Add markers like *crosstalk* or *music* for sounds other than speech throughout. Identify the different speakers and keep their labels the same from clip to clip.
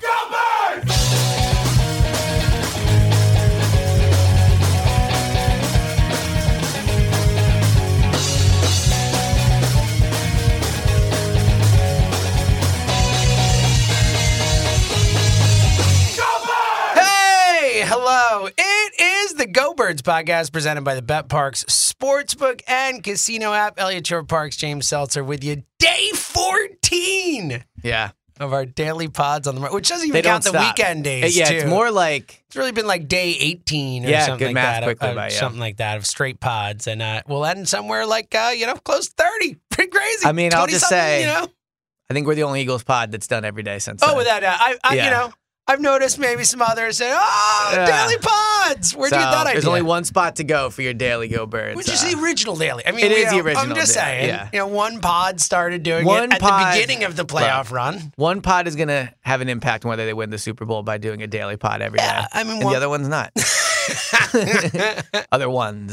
Speaker 1: Go Birds!
Speaker 2: Hey, hello. It is the Go Birds podcast presented by the Bet Parks Sportsbook and Casino app. Elliot Shore Parks, James Seltzer with you. Day 14. Yeah. Of our daily pods on the market, which doesn't even
Speaker 3: They
Speaker 2: count the
Speaker 3: don't stop.
Speaker 2: weekend days.
Speaker 3: Uh, Yeah, it's
Speaker 2: too.
Speaker 3: more like
Speaker 2: It's really been like day 18 or
Speaker 3: Yeah,
Speaker 2: something
Speaker 3: good
Speaker 2: like
Speaker 3: math
Speaker 2: that.
Speaker 3: quickly
Speaker 2: of,
Speaker 3: by you.
Speaker 2: Something like that of straight pods. And uh, we'll end somewhere like, uh, you know, close to 30. *laughs* Pretty crazy.
Speaker 3: I mean, I'll just
Speaker 2: 20-something,
Speaker 3: say-
Speaker 2: you know?
Speaker 3: I think we're the only Eagles pod that's done every day since.
Speaker 2: Oh,
Speaker 3: then.
Speaker 2: without doubt. I, I, You
Speaker 3: Yeah.
Speaker 2: know, I've noticed maybe some others say, oh,
Speaker 3: Yeah.
Speaker 2: daily pods. Where'd
Speaker 3: So,
Speaker 2: you get that idea?
Speaker 3: There's only one spot to go for your daily Go Birds.
Speaker 2: Which is
Speaker 3: uh,
Speaker 2: the original daily. I mean,
Speaker 3: It
Speaker 2: we
Speaker 3: is the
Speaker 2: don't- I'm
Speaker 3: original
Speaker 2: just
Speaker 3: daily,
Speaker 2: saying.
Speaker 3: yeah.
Speaker 2: You know, one pod started doing
Speaker 3: One
Speaker 2: it at
Speaker 3: pod-
Speaker 2: the beginning of the playoff
Speaker 3: *laughs*
Speaker 2: run.
Speaker 3: one pod is gonna have an impact on whether they win the Super Bowl by doing a daily pod every day.
Speaker 2: Yeah, I mean,
Speaker 3: and
Speaker 2: one-
Speaker 3: the other one's not.
Speaker 2: *laughs*
Speaker 3: *laughs* other ones.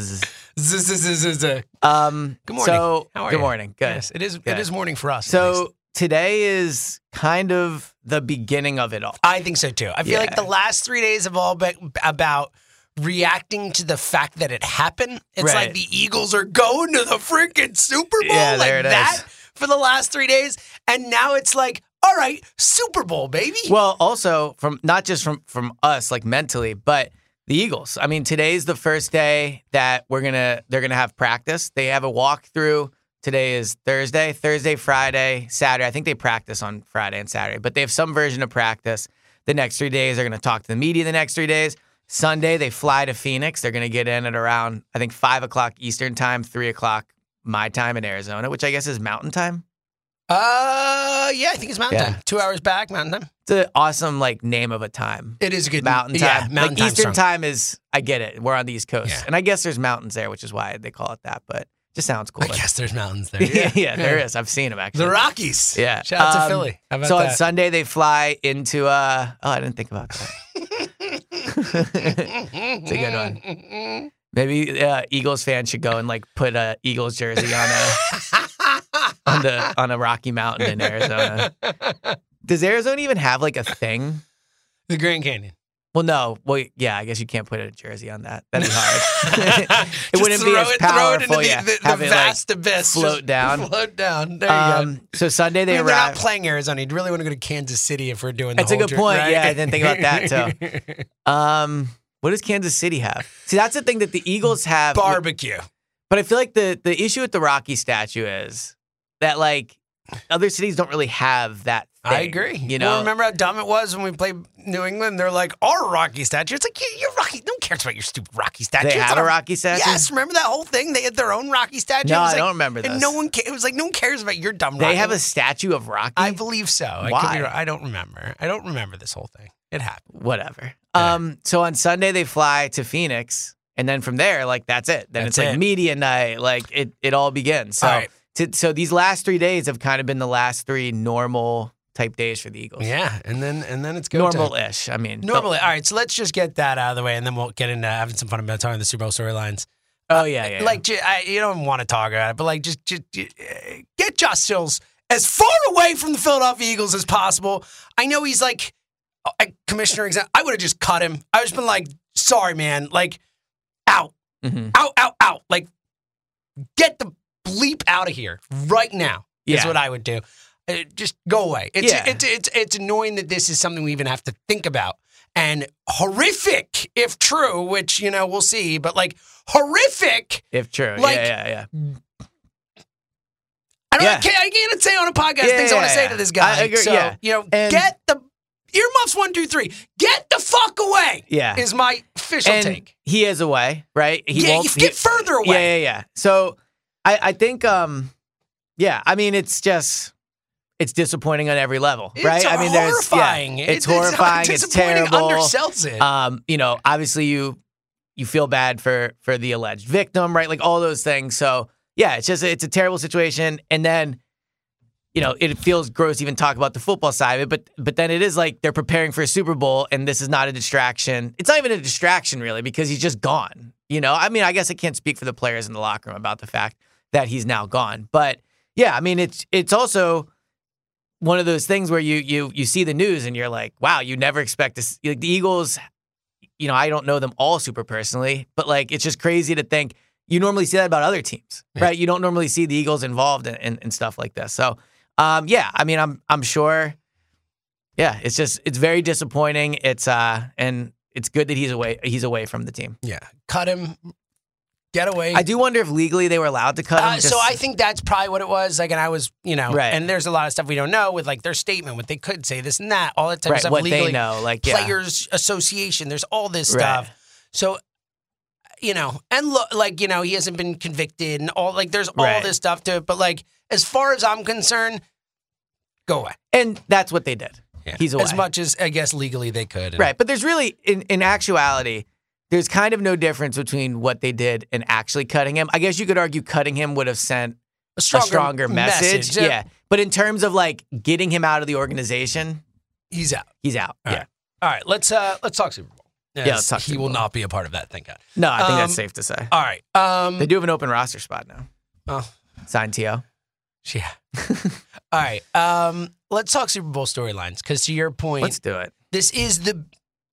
Speaker 2: Z- z- z- z- z.
Speaker 3: Um,
Speaker 2: Good morning.
Speaker 3: So,
Speaker 2: How are
Speaker 3: good
Speaker 2: you?
Speaker 3: morning. Good.
Speaker 2: Yes, it is.
Speaker 3: Good.
Speaker 2: It is morning for us. at least.
Speaker 3: So today is kind of the beginning of it all.
Speaker 2: I think so too. I feel like
Speaker 3: Yeah.
Speaker 2: the last three days have all been about reacting to the fact that it happened. It's like
Speaker 3: Right.
Speaker 2: the Eagles are going to the freaking Super Bowl.
Speaker 3: Yeah,
Speaker 2: like
Speaker 3: there it is.
Speaker 2: that for the last three days, and now it's like, all right, Super Bowl, baby.
Speaker 3: Well, also from not just from from us like mentally, but the Eagles. I mean, today's the first day that we're gonna they're gonna have practice. They have a walkthrough. Today is Thursday, Thursday, Friday, Saturday. I think they practice on Friday and Saturday, but they have some version of practice. The next three days, they're gonna talk to the media. The next three days, Sunday they fly to Phoenix. They're gonna get in at around I think five o'clock Eastern time, three o'clock my time in Arizona, which I guess is Mountain time.
Speaker 2: uh, yeah, I think it's Mountain
Speaker 3: Yeah.
Speaker 2: Time. Two hours back, Mountain Time.
Speaker 3: It's an awesome like name of a time.
Speaker 2: It is a good
Speaker 3: mountain time.
Speaker 2: Yeah, mountain
Speaker 3: like
Speaker 2: strong.
Speaker 3: Eastern time is I get it. We're on the East Coast.
Speaker 2: Yeah.
Speaker 3: And I guess there's mountains there, which is why they call it that, but it just sounds cool.
Speaker 2: I
Speaker 3: *laughs*
Speaker 2: guess there's mountains *laughs* there.
Speaker 3: yeah, yeah, there is. I've seen them actually.
Speaker 2: The Rockies.
Speaker 3: Yeah.
Speaker 2: Shout out to
Speaker 3: Um,
Speaker 2: Philly. How about
Speaker 3: so on
Speaker 2: that?
Speaker 3: Sunday they fly into uh oh I didn't think about that.
Speaker 2: *laughs*
Speaker 3: *laughs* it's a good one. Maybe uh, Eagles fan should go and like put a Eagles jersey on a on the on a Rocky Mountain
Speaker 2: *laughs*
Speaker 3: in Arizona. Does Arizona even have like a thing?
Speaker 2: the Grand *laughs*
Speaker 3: *laughs*
Speaker 2: Canyon.
Speaker 3: Well, no. Well, yeah. I guess you can't put a jersey on that. That'd be
Speaker 2: *laughs*
Speaker 3: hard. *laughs* it
Speaker 2: Just
Speaker 3: wouldn't be
Speaker 2: throw
Speaker 3: as
Speaker 2: it-
Speaker 3: powerful.
Speaker 2: Throw it into the,
Speaker 3: yeah,
Speaker 2: the, the
Speaker 3: have it, like,
Speaker 2: vast abyss.
Speaker 3: float
Speaker 2: Just
Speaker 3: down.
Speaker 2: Float down. There you go.
Speaker 3: Um, so Sunday they
Speaker 2: I mean, they're not
Speaker 3: arrive.
Speaker 2: playing Arizona. You'd really want to go to Kansas City if we're doing.
Speaker 3: That's
Speaker 2: the
Speaker 3: a
Speaker 2: whole
Speaker 3: good
Speaker 2: trip,
Speaker 3: point.
Speaker 2: right?
Speaker 3: Yeah, I didn't think about that, too. um, what does Kansas City have? See, that's the thing that the Eagles
Speaker 2: *laughs*
Speaker 3: have.
Speaker 2: Barbecue.
Speaker 3: But I feel like the the issue with the Rocky statue is that like other cities don't really have that. Thing,
Speaker 2: I agree.
Speaker 3: You
Speaker 2: Well,
Speaker 3: know,
Speaker 2: remember how dumb it was when we played New England? They're like, our Rocky statue. It's like, yeah, you're Rocky. Don't cares about your stupid Rocky statue?
Speaker 3: They
Speaker 2: It's
Speaker 3: have
Speaker 2: not
Speaker 3: a Rocky statue?
Speaker 2: Yes, remember that whole thing? They had their own Rocky statue.
Speaker 3: No,
Speaker 2: It was
Speaker 3: I
Speaker 2: like-
Speaker 3: don't remember
Speaker 2: and
Speaker 3: this.
Speaker 2: No one. Ca- it was like no one cares about your dumb.
Speaker 3: They
Speaker 2: Rocky.
Speaker 3: have a statue of Rocky.
Speaker 2: I believe so. I, could
Speaker 3: Why?
Speaker 2: be wrong. I don't remember. I don't remember this whole thing. It happened.
Speaker 3: Whatever. Um. So on Sunday they fly to Phoenix, and then from there, like that's it. Then
Speaker 2: That's
Speaker 3: it's like
Speaker 2: it.
Speaker 3: media night. Like it, it all begins. So,
Speaker 2: All right.
Speaker 3: to, so these last three days have kind of been the last three normal type days for the Eagles.
Speaker 2: Yeah, and then and then it's go time.
Speaker 3: Normal-ish. I mean,
Speaker 2: Normally, all right. So let's just get that out of the way, and then we'll get into having some fun about talking the Super Bowl storylines.
Speaker 3: Oh yeah, yeah. yeah.
Speaker 2: Like, ju- I, you don't want to talk about it, but like, just, just, ju- uh, get Josh Sills as far away from the Philadelphia Eagles as possible. I know he's like a commissioner. exa- I would have just cut him. I would have been like, sorry, man. Like, out,
Speaker 3: Mhm.
Speaker 2: out, out, out. Like, get the bleep out of here right now. Is
Speaker 3: Yeah.
Speaker 2: what I would do. Uh, just go away. It's,
Speaker 3: Yeah.
Speaker 2: it's it's it's annoying that this is something we even have to think about and horrific if true, which you know we'll see. But like horrific,
Speaker 3: if true.
Speaker 2: like-
Speaker 3: yeah, yeah, yeah.
Speaker 2: I don't
Speaker 3: Yeah.
Speaker 2: I can't, I can't say on a podcast
Speaker 3: Yeah,
Speaker 2: things I want to
Speaker 3: yeah,
Speaker 2: say
Speaker 3: yeah.
Speaker 2: to this guy.
Speaker 3: I agree,
Speaker 2: so
Speaker 3: yeah.
Speaker 2: you know,
Speaker 3: And-
Speaker 2: get the earmuffs one two three. Get the fuck away.
Speaker 3: Yeah.
Speaker 2: is my official
Speaker 3: and
Speaker 2: take.
Speaker 3: he is away, right? He
Speaker 2: yeah,
Speaker 3: won't-
Speaker 2: you get
Speaker 3: he-
Speaker 2: further away.
Speaker 3: Yeah, yeah, yeah. So I, I think, um, yeah, I mean, it's just, it's disappointing on every level,
Speaker 2: It's
Speaker 3: right? I mean, there's- yeah,
Speaker 2: horrifying. *laughs*
Speaker 3: it's, horrifying. It's,
Speaker 2: disappointing
Speaker 3: terrible.
Speaker 2: Undersells it.
Speaker 3: Um, you know, obviously you, you feel bad for for the alleged victim, right? Like all those things. So yeah, it's just it's a terrible situation. And then, you know, it feels gross to even talk about the football side of it, but but then it is like they're preparing for a Super Bowl, and this is not a distraction. It's not even a distraction really because he's just gone. You know, I mean, I guess I can't speak for the players in the locker room about the fact that he's now gone, but yeah, I mean, it's it's also one of those things where you you you see the news and you're like, wow, you never expect to see, like the Eagles. You know, I don't know them all super personally, but like it's just crazy to think you normally see that about other teams, right? You don't normally see the Eagles involved in, in, in stuff like this. So, um, yeah, I mean, I'm I'm sure. Yeah, it's just it's very disappointing. It's uh and it's good that he's away he's away from the team.
Speaker 2: yeah, cut him. Get away.
Speaker 3: I do wonder if legally they were allowed to cut him.
Speaker 2: Uh,
Speaker 3: just-
Speaker 2: so I think that's probably what it was. Like, and I was, you know,
Speaker 3: Right.
Speaker 2: and there's a lot of stuff we don't know with like their statement, what they could say, this and that, all that type of
Speaker 3: right,
Speaker 2: stuff.
Speaker 3: what
Speaker 2: legally,
Speaker 3: they know, like yeah.
Speaker 2: Players Association. There's all this
Speaker 3: Right.
Speaker 2: stuff. So, you know, and look, like you know, he hasn't been convicted, and all like there's all
Speaker 3: Right.
Speaker 2: this stuff to it. But like, as far as I'm concerned, go away.
Speaker 3: and that's what they did.
Speaker 2: Yeah.
Speaker 3: He's away.
Speaker 2: as much as I guess legally they could. And-
Speaker 3: Right. But there's really, in, in actuality, there's kind of no difference between what they did and actually cutting him. I guess you could argue cutting him would have sent
Speaker 2: A stronger,
Speaker 3: a stronger message.
Speaker 2: Uh,
Speaker 3: Yeah. But in terms of like getting him out of the organization,
Speaker 2: he's out.
Speaker 3: he's out.
Speaker 2: All
Speaker 3: yeah.
Speaker 2: right. All right, let's uh let's talk Super Bowl.
Speaker 3: Yeah, let's talk
Speaker 2: he
Speaker 3: Super
Speaker 2: will
Speaker 3: Bowl.
Speaker 2: not be a part of that. Thank God.
Speaker 3: No, I think
Speaker 2: Um,
Speaker 3: that's safe to say.
Speaker 2: All right. Um,
Speaker 3: They do have an open roster spot now.
Speaker 2: Oh.
Speaker 3: Signed T.O. *laughs*
Speaker 2: Yeah. All right. Um, let's talk Super Bowl storylines because to your point,
Speaker 3: Let's do it.
Speaker 2: this is the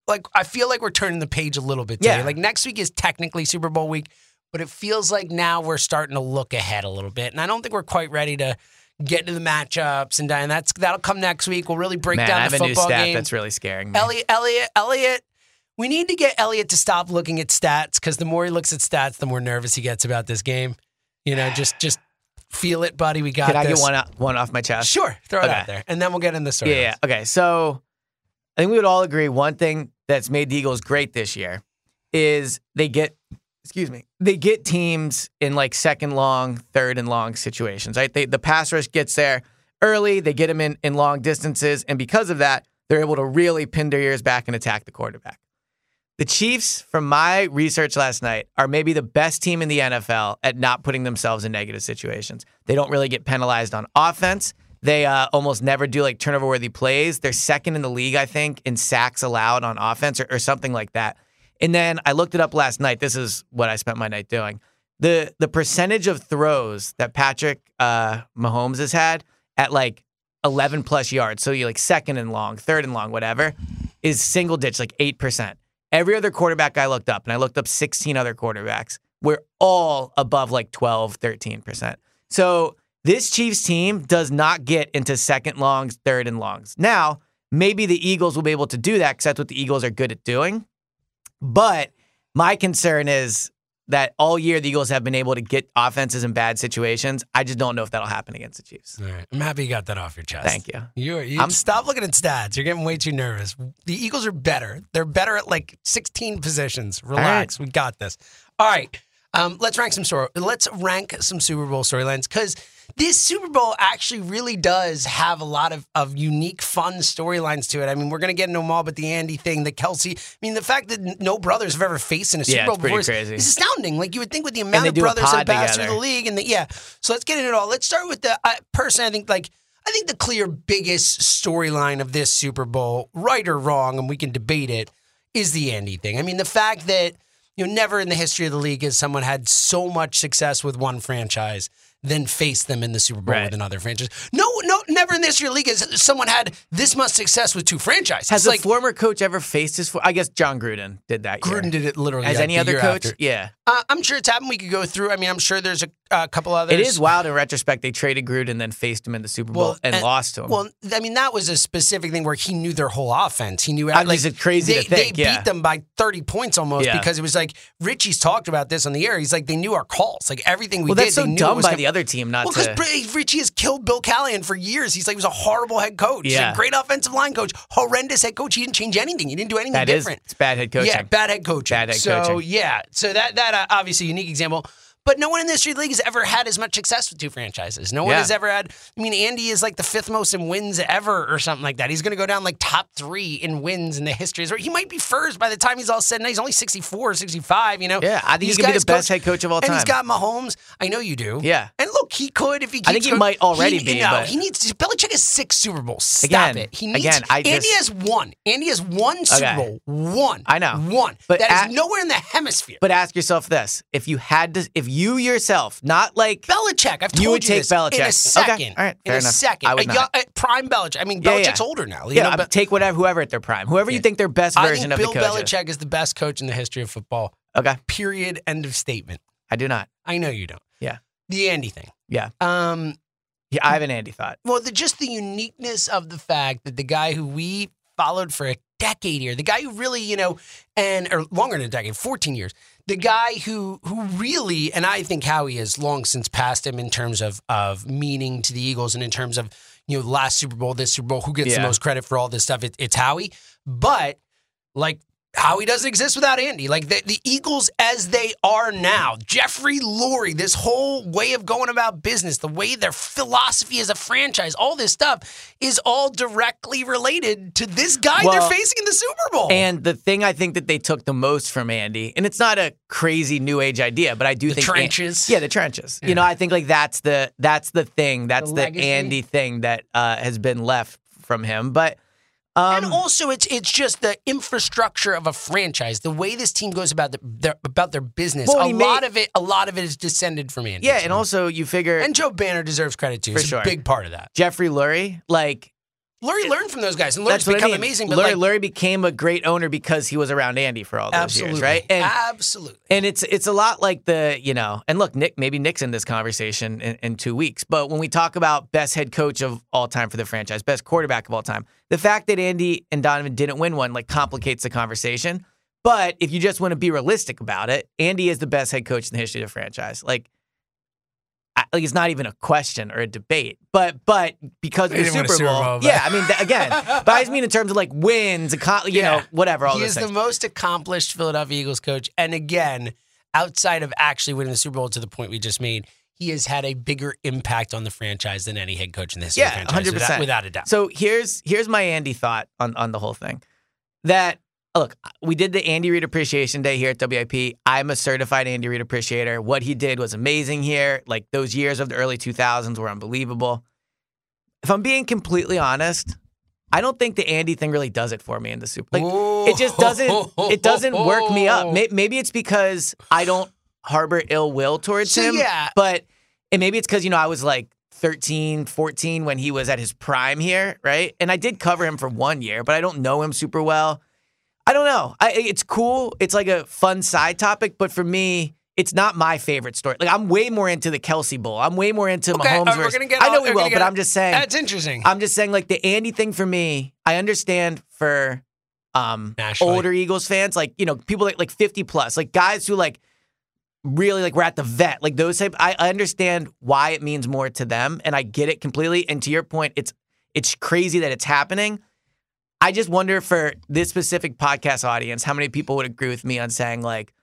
Speaker 2: like I feel like we're turning the page a little bit today.
Speaker 3: Yeah.
Speaker 2: Like next week is technically Super Bowl week, but it feels like now we're starting to look ahead a little bit, and I don't think we're quite ready to get into the matchups and die. And that's that'll come next week. We'll really break
Speaker 3: Man,
Speaker 2: down
Speaker 3: I have
Speaker 2: the
Speaker 3: a new
Speaker 2: football
Speaker 3: stat
Speaker 2: game.
Speaker 3: that's really scaring me.
Speaker 2: Elliot, Elliot, Elliot. We need to get Elliot to stop looking at stats because the more he looks at stats, the more nervous he gets about this game. You know, just just feel it, buddy. We got
Speaker 3: Could I
Speaker 2: this.
Speaker 3: get one, o- one off my chest?
Speaker 2: Sure, throw it
Speaker 3: Okay.
Speaker 2: out there, and then we'll get in the story.
Speaker 3: Yeah, yeah. Okay. So I think we would all agree one thing that's made the Eagles great this year is they get, excuse me, they get teams in like second long, third and long situations, right? They, the pass rush gets there early, they get them in, in long distances. And because of that, they're able to really pin their ears back and attack the quarterback. The Chiefs, from my research last night, are maybe the best team in the NFL at not putting themselves in negative situations. They don't really get penalized on offense. They uh, almost never do like turnover worthy plays. They're second in the league, I think, in sacks allowed on offense or, or something like that. And then I looked it up last night. This is what I spent my night doing. The the percentage of throws that Patrick uh, Mahomes has had at like 11 plus yards, so you like second and long, third and long, whatever, is single ditch, like 8%. Every other quarterback I looked up, and I looked up 16 other quarterbacks, we're all above like 12, 13%. So this Chiefs team does not get into second longs, third and longs. Now, maybe the Eagles will be able to do that because that's what the Eagles are good at doing. But my concern is that all year the Eagles have been able to get offenses in bad situations. I just don't know if that'll happen against the Chiefs.
Speaker 2: All right. I'm happy you got that off your chest.
Speaker 3: Thank you.
Speaker 2: You're, you
Speaker 3: I'm-
Speaker 2: stop looking at stats. You're getting way too nervous. The Eagles are better. They're better at like 16 positions. Relax. We got this. All right. Um, let's rank some story. Let's rank some Super Bowl storylines because this Super Bowl actually really does have a lot of, of unique, fun storylines to it. I mean, we're gonna get into them all, but the Andy thing, the Kelsey. I mean, the fact that n- no brothers have ever faced in a Super
Speaker 3: Yeah, it's
Speaker 2: Bowl
Speaker 3: pretty
Speaker 2: before is-
Speaker 3: crazy.
Speaker 2: is astounding. Like you would think with the amount
Speaker 3: they
Speaker 2: of
Speaker 3: do a
Speaker 2: brothers that
Speaker 3: pod
Speaker 2: pass through
Speaker 3: together.
Speaker 2: the league, and the, yeah. So let's get into it all. Let's start with the uh, person. I think like I think the clear biggest storyline of this Super Bowl, right or wrong, and we can debate it, is the Andy thing. I mean, the fact that you know never in the history of the league has someone had so much success with one franchise. Then face them in the Super Bowl
Speaker 3: Right.
Speaker 2: with another franchise. No, no, never in the history of the league has someone had this much success with two franchises.
Speaker 3: Has a
Speaker 2: like
Speaker 3: former coach ever faced his? For- I guess John Gruden did that. year.
Speaker 2: Gruden did it literally.
Speaker 3: Has
Speaker 2: like,
Speaker 3: any
Speaker 2: the
Speaker 3: other
Speaker 2: year
Speaker 3: coach?
Speaker 2: after.
Speaker 3: Yeah,
Speaker 2: Uh, I'm sure it's happened. We could go through. I mean, I'm sure there's a, a couple others.
Speaker 3: it is wild in retrospect. They traded Gruden, then faced him in the Super Bowl and, lost to him.
Speaker 2: Well, I mean, that was a specific thing where he knew their whole offense. He knew.
Speaker 3: I mean, it's crazy
Speaker 2: They,
Speaker 3: to think,
Speaker 2: they
Speaker 3: yeah.
Speaker 2: beat them by 30 points almost
Speaker 3: Yeah.
Speaker 2: because it was like Richie's talked about this on the air. He's like, they knew our calls, like everything we
Speaker 3: well,
Speaker 2: did.
Speaker 3: that's so
Speaker 2: they knew it
Speaker 3: dumb
Speaker 2: was
Speaker 3: by
Speaker 2: gonna-
Speaker 3: the other team not
Speaker 2: Well,
Speaker 3: to.
Speaker 2: because Richie has killed Bill Callahan for years. He's like, he was a horrible head coach. He's
Speaker 3: Yeah.
Speaker 2: a great offensive line coach, horrendous head coach. He didn't change anything. He didn't do anything
Speaker 3: that is
Speaker 2: different.
Speaker 3: it's bad head coaching.
Speaker 2: Yeah, bad head coaching.
Speaker 3: Bad head
Speaker 2: so,
Speaker 3: coaching.
Speaker 2: yeah, so that that uh, obviously a unique example. But no one in the history of the league has ever had as much success with two franchises. No one
Speaker 3: Yeah.
Speaker 2: has ever had. I mean, Andy is like the fifth most in wins ever, or something like that. He's going to go down like top three in wins in the history. Or he might be first by the time he's all said and done. He's only 64 or 65, you know?
Speaker 3: Yeah, I think he
Speaker 2: These
Speaker 3: could be the
Speaker 2: guys
Speaker 3: best head coach of all
Speaker 2: And he's
Speaker 3: time.
Speaker 2: got Mahomes. I know you do.
Speaker 3: Yeah.
Speaker 2: And look, he could if he keeps
Speaker 3: I think he
Speaker 2: go-
Speaker 3: might already be,
Speaker 2: No,
Speaker 3: but-
Speaker 2: he needs. Belichick has six Super Bowls. Stop
Speaker 3: Again,
Speaker 2: it. He needs,
Speaker 3: again, I
Speaker 2: Andy
Speaker 3: just-
Speaker 2: has one. Andy has one Super
Speaker 3: Okay.
Speaker 2: Bowl. One.
Speaker 3: I know.
Speaker 2: One.
Speaker 3: But
Speaker 2: That is
Speaker 3: at-
Speaker 2: nowhere in the hemisphere.
Speaker 3: But ask yourself this: if you had to, if you yourself, not like
Speaker 2: Belichick, I've told
Speaker 3: You
Speaker 2: you,
Speaker 3: would take
Speaker 2: this,
Speaker 3: Belichick.
Speaker 2: in
Speaker 3: Okay,
Speaker 2: a second.
Speaker 3: all right,
Speaker 2: in
Speaker 3: fair
Speaker 2: a
Speaker 3: enough.
Speaker 2: second.
Speaker 3: I would
Speaker 2: A
Speaker 3: not.
Speaker 2: yo- a prime Belichick. I mean,
Speaker 3: Yeah, yeah.
Speaker 2: Belichick's older now. You
Speaker 3: yeah,
Speaker 2: know,
Speaker 3: I'm-
Speaker 2: but
Speaker 3: take whatever whoever at their prime, whoever you think their best
Speaker 2: I
Speaker 3: version
Speaker 2: think Bill
Speaker 3: of the coach. is.
Speaker 2: Belichick is the best coach in the history of football.
Speaker 3: Okay,
Speaker 2: Period. End of statement.
Speaker 3: I do not.
Speaker 2: I know you don't.
Speaker 3: Yeah.
Speaker 2: The Andy thing.
Speaker 3: Yeah.
Speaker 2: Um.
Speaker 3: Yeah, I have an Andy thought.
Speaker 2: Well, the, just the uniqueness of the fact that the guy who we followed for a decade here, the guy who really, you know, and or longer than a decade, 14 years, the guy who who really, and I think Howie has long since passed him in terms of of meaning to the Eagles and in terms of you know last Super Bowl, this Super Bowl, who gets
Speaker 3: Yeah.
Speaker 2: the most credit for all this stuff? It, it's Howie, but like. Howie doesn't exist without Andy. Like the, the Eagles as they are now, Jeffrey Lurie, this whole way of going about business, the way their philosophy as a franchise, all this stuff is all directly related to this guy
Speaker 3: Well,
Speaker 2: they're facing in the Super Bowl.
Speaker 3: And the thing I think that they took the most from Andy, and it's not a crazy new age idea, but I do
Speaker 2: The
Speaker 3: think
Speaker 2: trenches.
Speaker 3: yeah, the trenches. You know, I think like that's the that's the thing. That's the,
Speaker 2: legacy.
Speaker 3: Andy thing that uh, has been left from him. But um,
Speaker 2: and also, it's it's just the infrastructure of a franchise, the way this team goes about the, their about their business.
Speaker 3: Well,
Speaker 2: a
Speaker 3: he made-
Speaker 2: lot of it, a lot of it is descended from Andy.
Speaker 3: yeah, and also you figure
Speaker 2: and Joe Banner deserves credit too.
Speaker 3: For
Speaker 2: He's
Speaker 3: sure.
Speaker 2: a big part of that.
Speaker 3: Jeffrey Lurie, like
Speaker 2: Lurie learned from those guys, and Lurie's
Speaker 3: that's what
Speaker 2: become
Speaker 3: I mean.
Speaker 2: amazing. But like,
Speaker 3: Lurie, Lurie became a great owner because he was around Andy for all those
Speaker 2: absolutely,
Speaker 3: years, right? And
Speaker 2: absolutely.
Speaker 3: And it's it's a lot like the you know, and look, Nick, maybe Nick's in this conversation in, in two weeks. But when we talk about best head coach of all time for the franchise, best quarterback of all time, the fact that Andy and Donovan didn't win one like complicates the conversation. But if you just want to be realistic about it, Andy is the best head coach in the history of the franchise. Like, I, like it's not even a question or a debate. But but because of
Speaker 2: They
Speaker 3: the
Speaker 2: didn't win a
Speaker 3: Super,
Speaker 2: Super
Speaker 3: Bowl,
Speaker 2: Bowl, but-
Speaker 3: yeah. I mean, th- again, but I just mean in terms of like wins, aco- you know,
Speaker 2: Yeah.
Speaker 3: whatever. All
Speaker 2: he
Speaker 3: those
Speaker 2: is
Speaker 3: things.
Speaker 2: the most accomplished Philadelphia Eagles coach, and again, outside of actually winning the Super Bowl to the point we just made, he has had a bigger impact on the franchise than any head coach in the history of the
Speaker 3: yeah,
Speaker 2: franchise,
Speaker 3: hundred
Speaker 2: without,
Speaker 3: percent,
Speaker 2: without a doubt.
Speaker 3: So here's here's my Andy thought on on the whole thing. That look, we did the Andy Reid Appreciation Day here at WIP. I'm a certified Andy Reid appreciator. What he did was amazing here. Like those years of the early 2000s were unbelievable. If I'm being completely honest, I don't think the Andy thing really does it for me in the Super. Like
Speaker 2: *laughs*
Speaker 3: it just doesn't it doesn't work me up. May- Maybe it's because I don't harbor ill will towards
Speaker 2: So,
Speaker 3: him.
Speaker 2: yeah.
Speaker 3: But and maybe it's because you know I was like 13, 14 when he was at his prime here, right? And I did cover him for one year, but I don't know him super well. I don't know. I, it's cool. It's like a fun side topic, but for me. It's not my favorite story. Like I'm way more into the Kelsey Bowl. I'm way more into
Speaker 2: Okay, all
Speaker 3: Mahomes.
Speaker 2: right, we're
Speaker 3: versus-
Speaker 2: gonna get
Speaker 3: I know
Speaker 2: all-
Speaker 3: we
Speaker 2: we're gonna
Speaker 3: will,
Speaker 2: get
Speaker 3: but
Speaker 2: all-
Speaker 3: I'm just saying.
Speaker 2: That's interesting.
Speaker 3: I'm just saying, like the Andy thing for me, I understand for um
Speaker 2: Nationally.
Speaker 3: older Eagles fans, like you know, people like like 50 plus, like guys who like really like we're at the vet, like those type. I I understand why it means more to them, and I get it completely. And to your point, it's it's crazy that it's happening. I just wonder for this specific podcast audience, how many people would agree with me on saying like,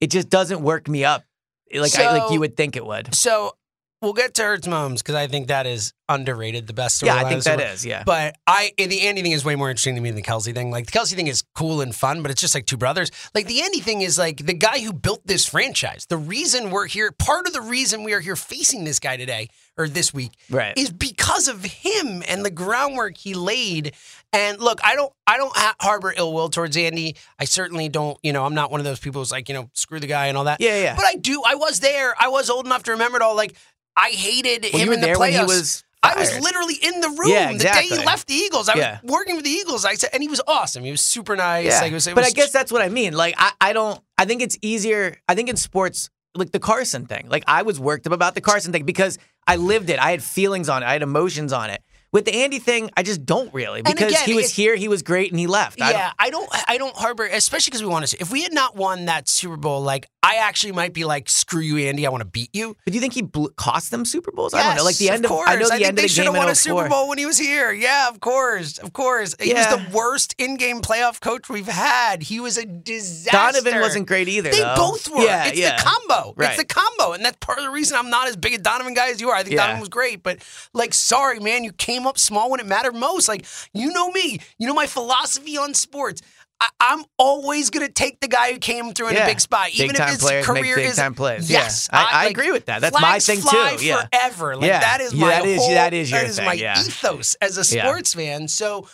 Speaker 3: it just doesn't work me up, like I, like
Speaker 2: So-
Speaker 3: you would think it would.
Speaker 2: So we'll get to Hurts Moms because I think that is underrated. The best.
Speaker 3: Yeah,
Speaker 2: storyline
Speaker 3: I
Speaker 2: of
Speaker 3: think
Speaker 2: the
Speaker 3: that
Speaker 2: summer.
Speaker 3: is. *laughs* Yeah,
Speaker 2: But I eh, the Andy thing is way more interesting to me than the Kelsey thing. Like the Kelsey thing is cool and fun, but it's just like two brothers. Like the Andy thing is like the guy who built this franchise. The reason we're here, part of the reason we are here facing this guy today or this week
Speaker 3: Right.
Speaker 2: is because of him and the groundwork he laid. And look, I don't I don't ha- harbor ill will towards Andy. I certainly don't, you know, I'm not one of those people who's like, you know, screw the guy and all that.
Speaker 3: Yeah, yeah.
Speaker 2: But I do I was there. I was old enough to remember it all like I hated
Speaker 3: Well,
Speaker 2: him
Speaker 3: you were
Speaker 2: in the
Speaker 3: there
Speaker 2: playoffs.
Speaker 3: when he was
Speaker 2: I was
Speaker 3: fired.
Speaker 2: literally in the room
Speaker 3: Yeah,
Speaker 2: the day
Speaker 3: exactly.
Speaker 2: he left the Eagles. I
Speaker 3: Yeah.
Speaker 2: was working with the Eagles. I said, and he was awesome. He was super nice. Like, it was, it
Speaker 3: but
Speaker 2: was
Speaker 3: I guess that's what I mean. Like, I, I don't, I think it's easier. I think in sports, like the Carson thing, like I was worked up about the Carson thing because I lived it. I had feelings on it. I had emotions on it. With the Andy thing, I just don't really because
Speaker 2: again,
Speaker 3: he was
Speaker 2: it's-
Speaker 3: here, he was great, and he left. I
Speaker 2: yeah, I don't, I don't harbor, especially because we want to. see- If we had not won that Super Bowl, like I actually might be like, screw you, Andy. I want to beat you.
Speaker 3: But do you think he blew, cost them Super Bowls? I don't know. Like the
Speaker 2: Yes,
Speaker 3: end
Speaker 2: of
Speaker 3: of,
Speaker 2: course.
Speaker 3: I know the
Speaker 2: think
Speaker 3: end
Speaker 2: they
Speaker 3: of the
Speaker 2: should have
Speaker 3: game in
Speaker 2: won a
Speaker 3: 04.
Speaker 2: Super Bowl when he was here. Yeah, of course, of course. He was
Speaker 3: Yeah.
Speaker 2: the worst in-game playoff coach we've had. He was a disaster.
Speaker 3: Donovan wasn't great either.
Speaker 2: They
Speaker 3: though.
Speaker 2: both were.
Speaker 3: Yeah,
Speaker 2: it's
Speaker 3: yeah.
Speaker 2: the combo. It's
Speaker 3: Right.
Speaker 2: the combo. And that's part of the reason I'm not as big a Donovan guy as you are. I think
Speaker 3: Yeah.
Speaker 2: Donovan was great, but like, sorry, man, you came up small when it mattered most. Like, you know me. You know my philosophy on sports. I- I'm always gonna take the guy who came through in
Speaker 3: Yeah.
Speaker 2: a big spot, even
Speaker 3: Big-time
Speaker 2: if his
Speaker 3: players make
Speaker 2: career is
Speaker 3: big-time plays. Yeah.
Speaker 2: Yes,
Speaker 3: I- I agree with that. That's my
Speaker 2: flags
Speaker 3: thing,
Speaker 2: fly
Speaker 3: too. Yeah.
Speaker 2: forever. Like
Speaker 3: Yeah.
Speaker 2: that is
Speaker 3: Yeah,
Speaker 2: my
Speaker 3: that is-
Speaker 2: whole-
Speaker 3: that is your
Speaker 2: that is
Speaker 3: thing,
Speaker 2: my
Speaker 3: yeah.
Speaker 2: ethos as a
Speaker 3: Yeah.
Speaker 2: sports fan. So,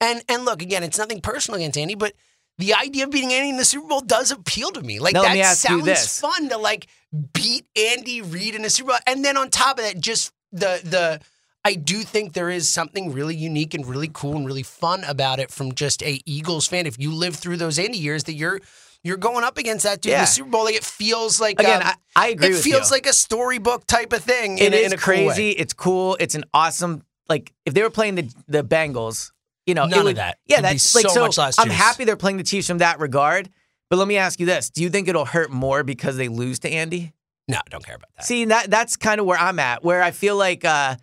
Speaker 2: and and look again, it's nothing personal against Andy, but the idea of beating Andy in the Super Bowl does appeal to me. Like
Speaker 3: Now, let
Speaker 2: that
Speaker 3: me ask you
Speaker 2: sounds
Speaker 3: this.
Speaker 2: fun to like beat Andy Reid in a Super Bowl, and then on top of that, just the the. I do think there is something really unique and really cool and really fun about it from just a Eagles fan. If you live through those Andy years, that you're you're going up against that dude in
Speaker 3: Yeah.
Speaker 2: the Super Bowl, like it feels like
Speaker 3: Again,
Speaker 2: um,
Speaker 3: I- I agree
Speaker 2: It
Speaker 3: with
Speaker 2: feels
Speaker 3: you.
Speaker 2: like a storybook type of thing. in
Speaker 3: It
Speaker 2: a-
Speaker 3: is
Speaker 2: in a cool way.
Speaker 3: crazy. It's cool. It's an awesome. Like if they were playing the the Bengals, you know,
Speaker 2: None
Speaker 3: it
Speaker 2: of
Speaker 3: would,
Speaker 2: that.
Speaker 3: Yeah,
Speaker 2: It'd be
Speaker 3: that's like
Speaker 2: so
Speaker 3: so.
Speaker 2: much less
Speaker 3: I'm
Speaker 2: juice.
Speaker 3: happy they're playing the Chiefs from that regard. But let me ask you this: Do you think it'll hurt more because they lose to Andy?
Speaker 2: No, I don't care about that.
Speaker 3: See, that that's kind of where I'm at. Where I feel like uh,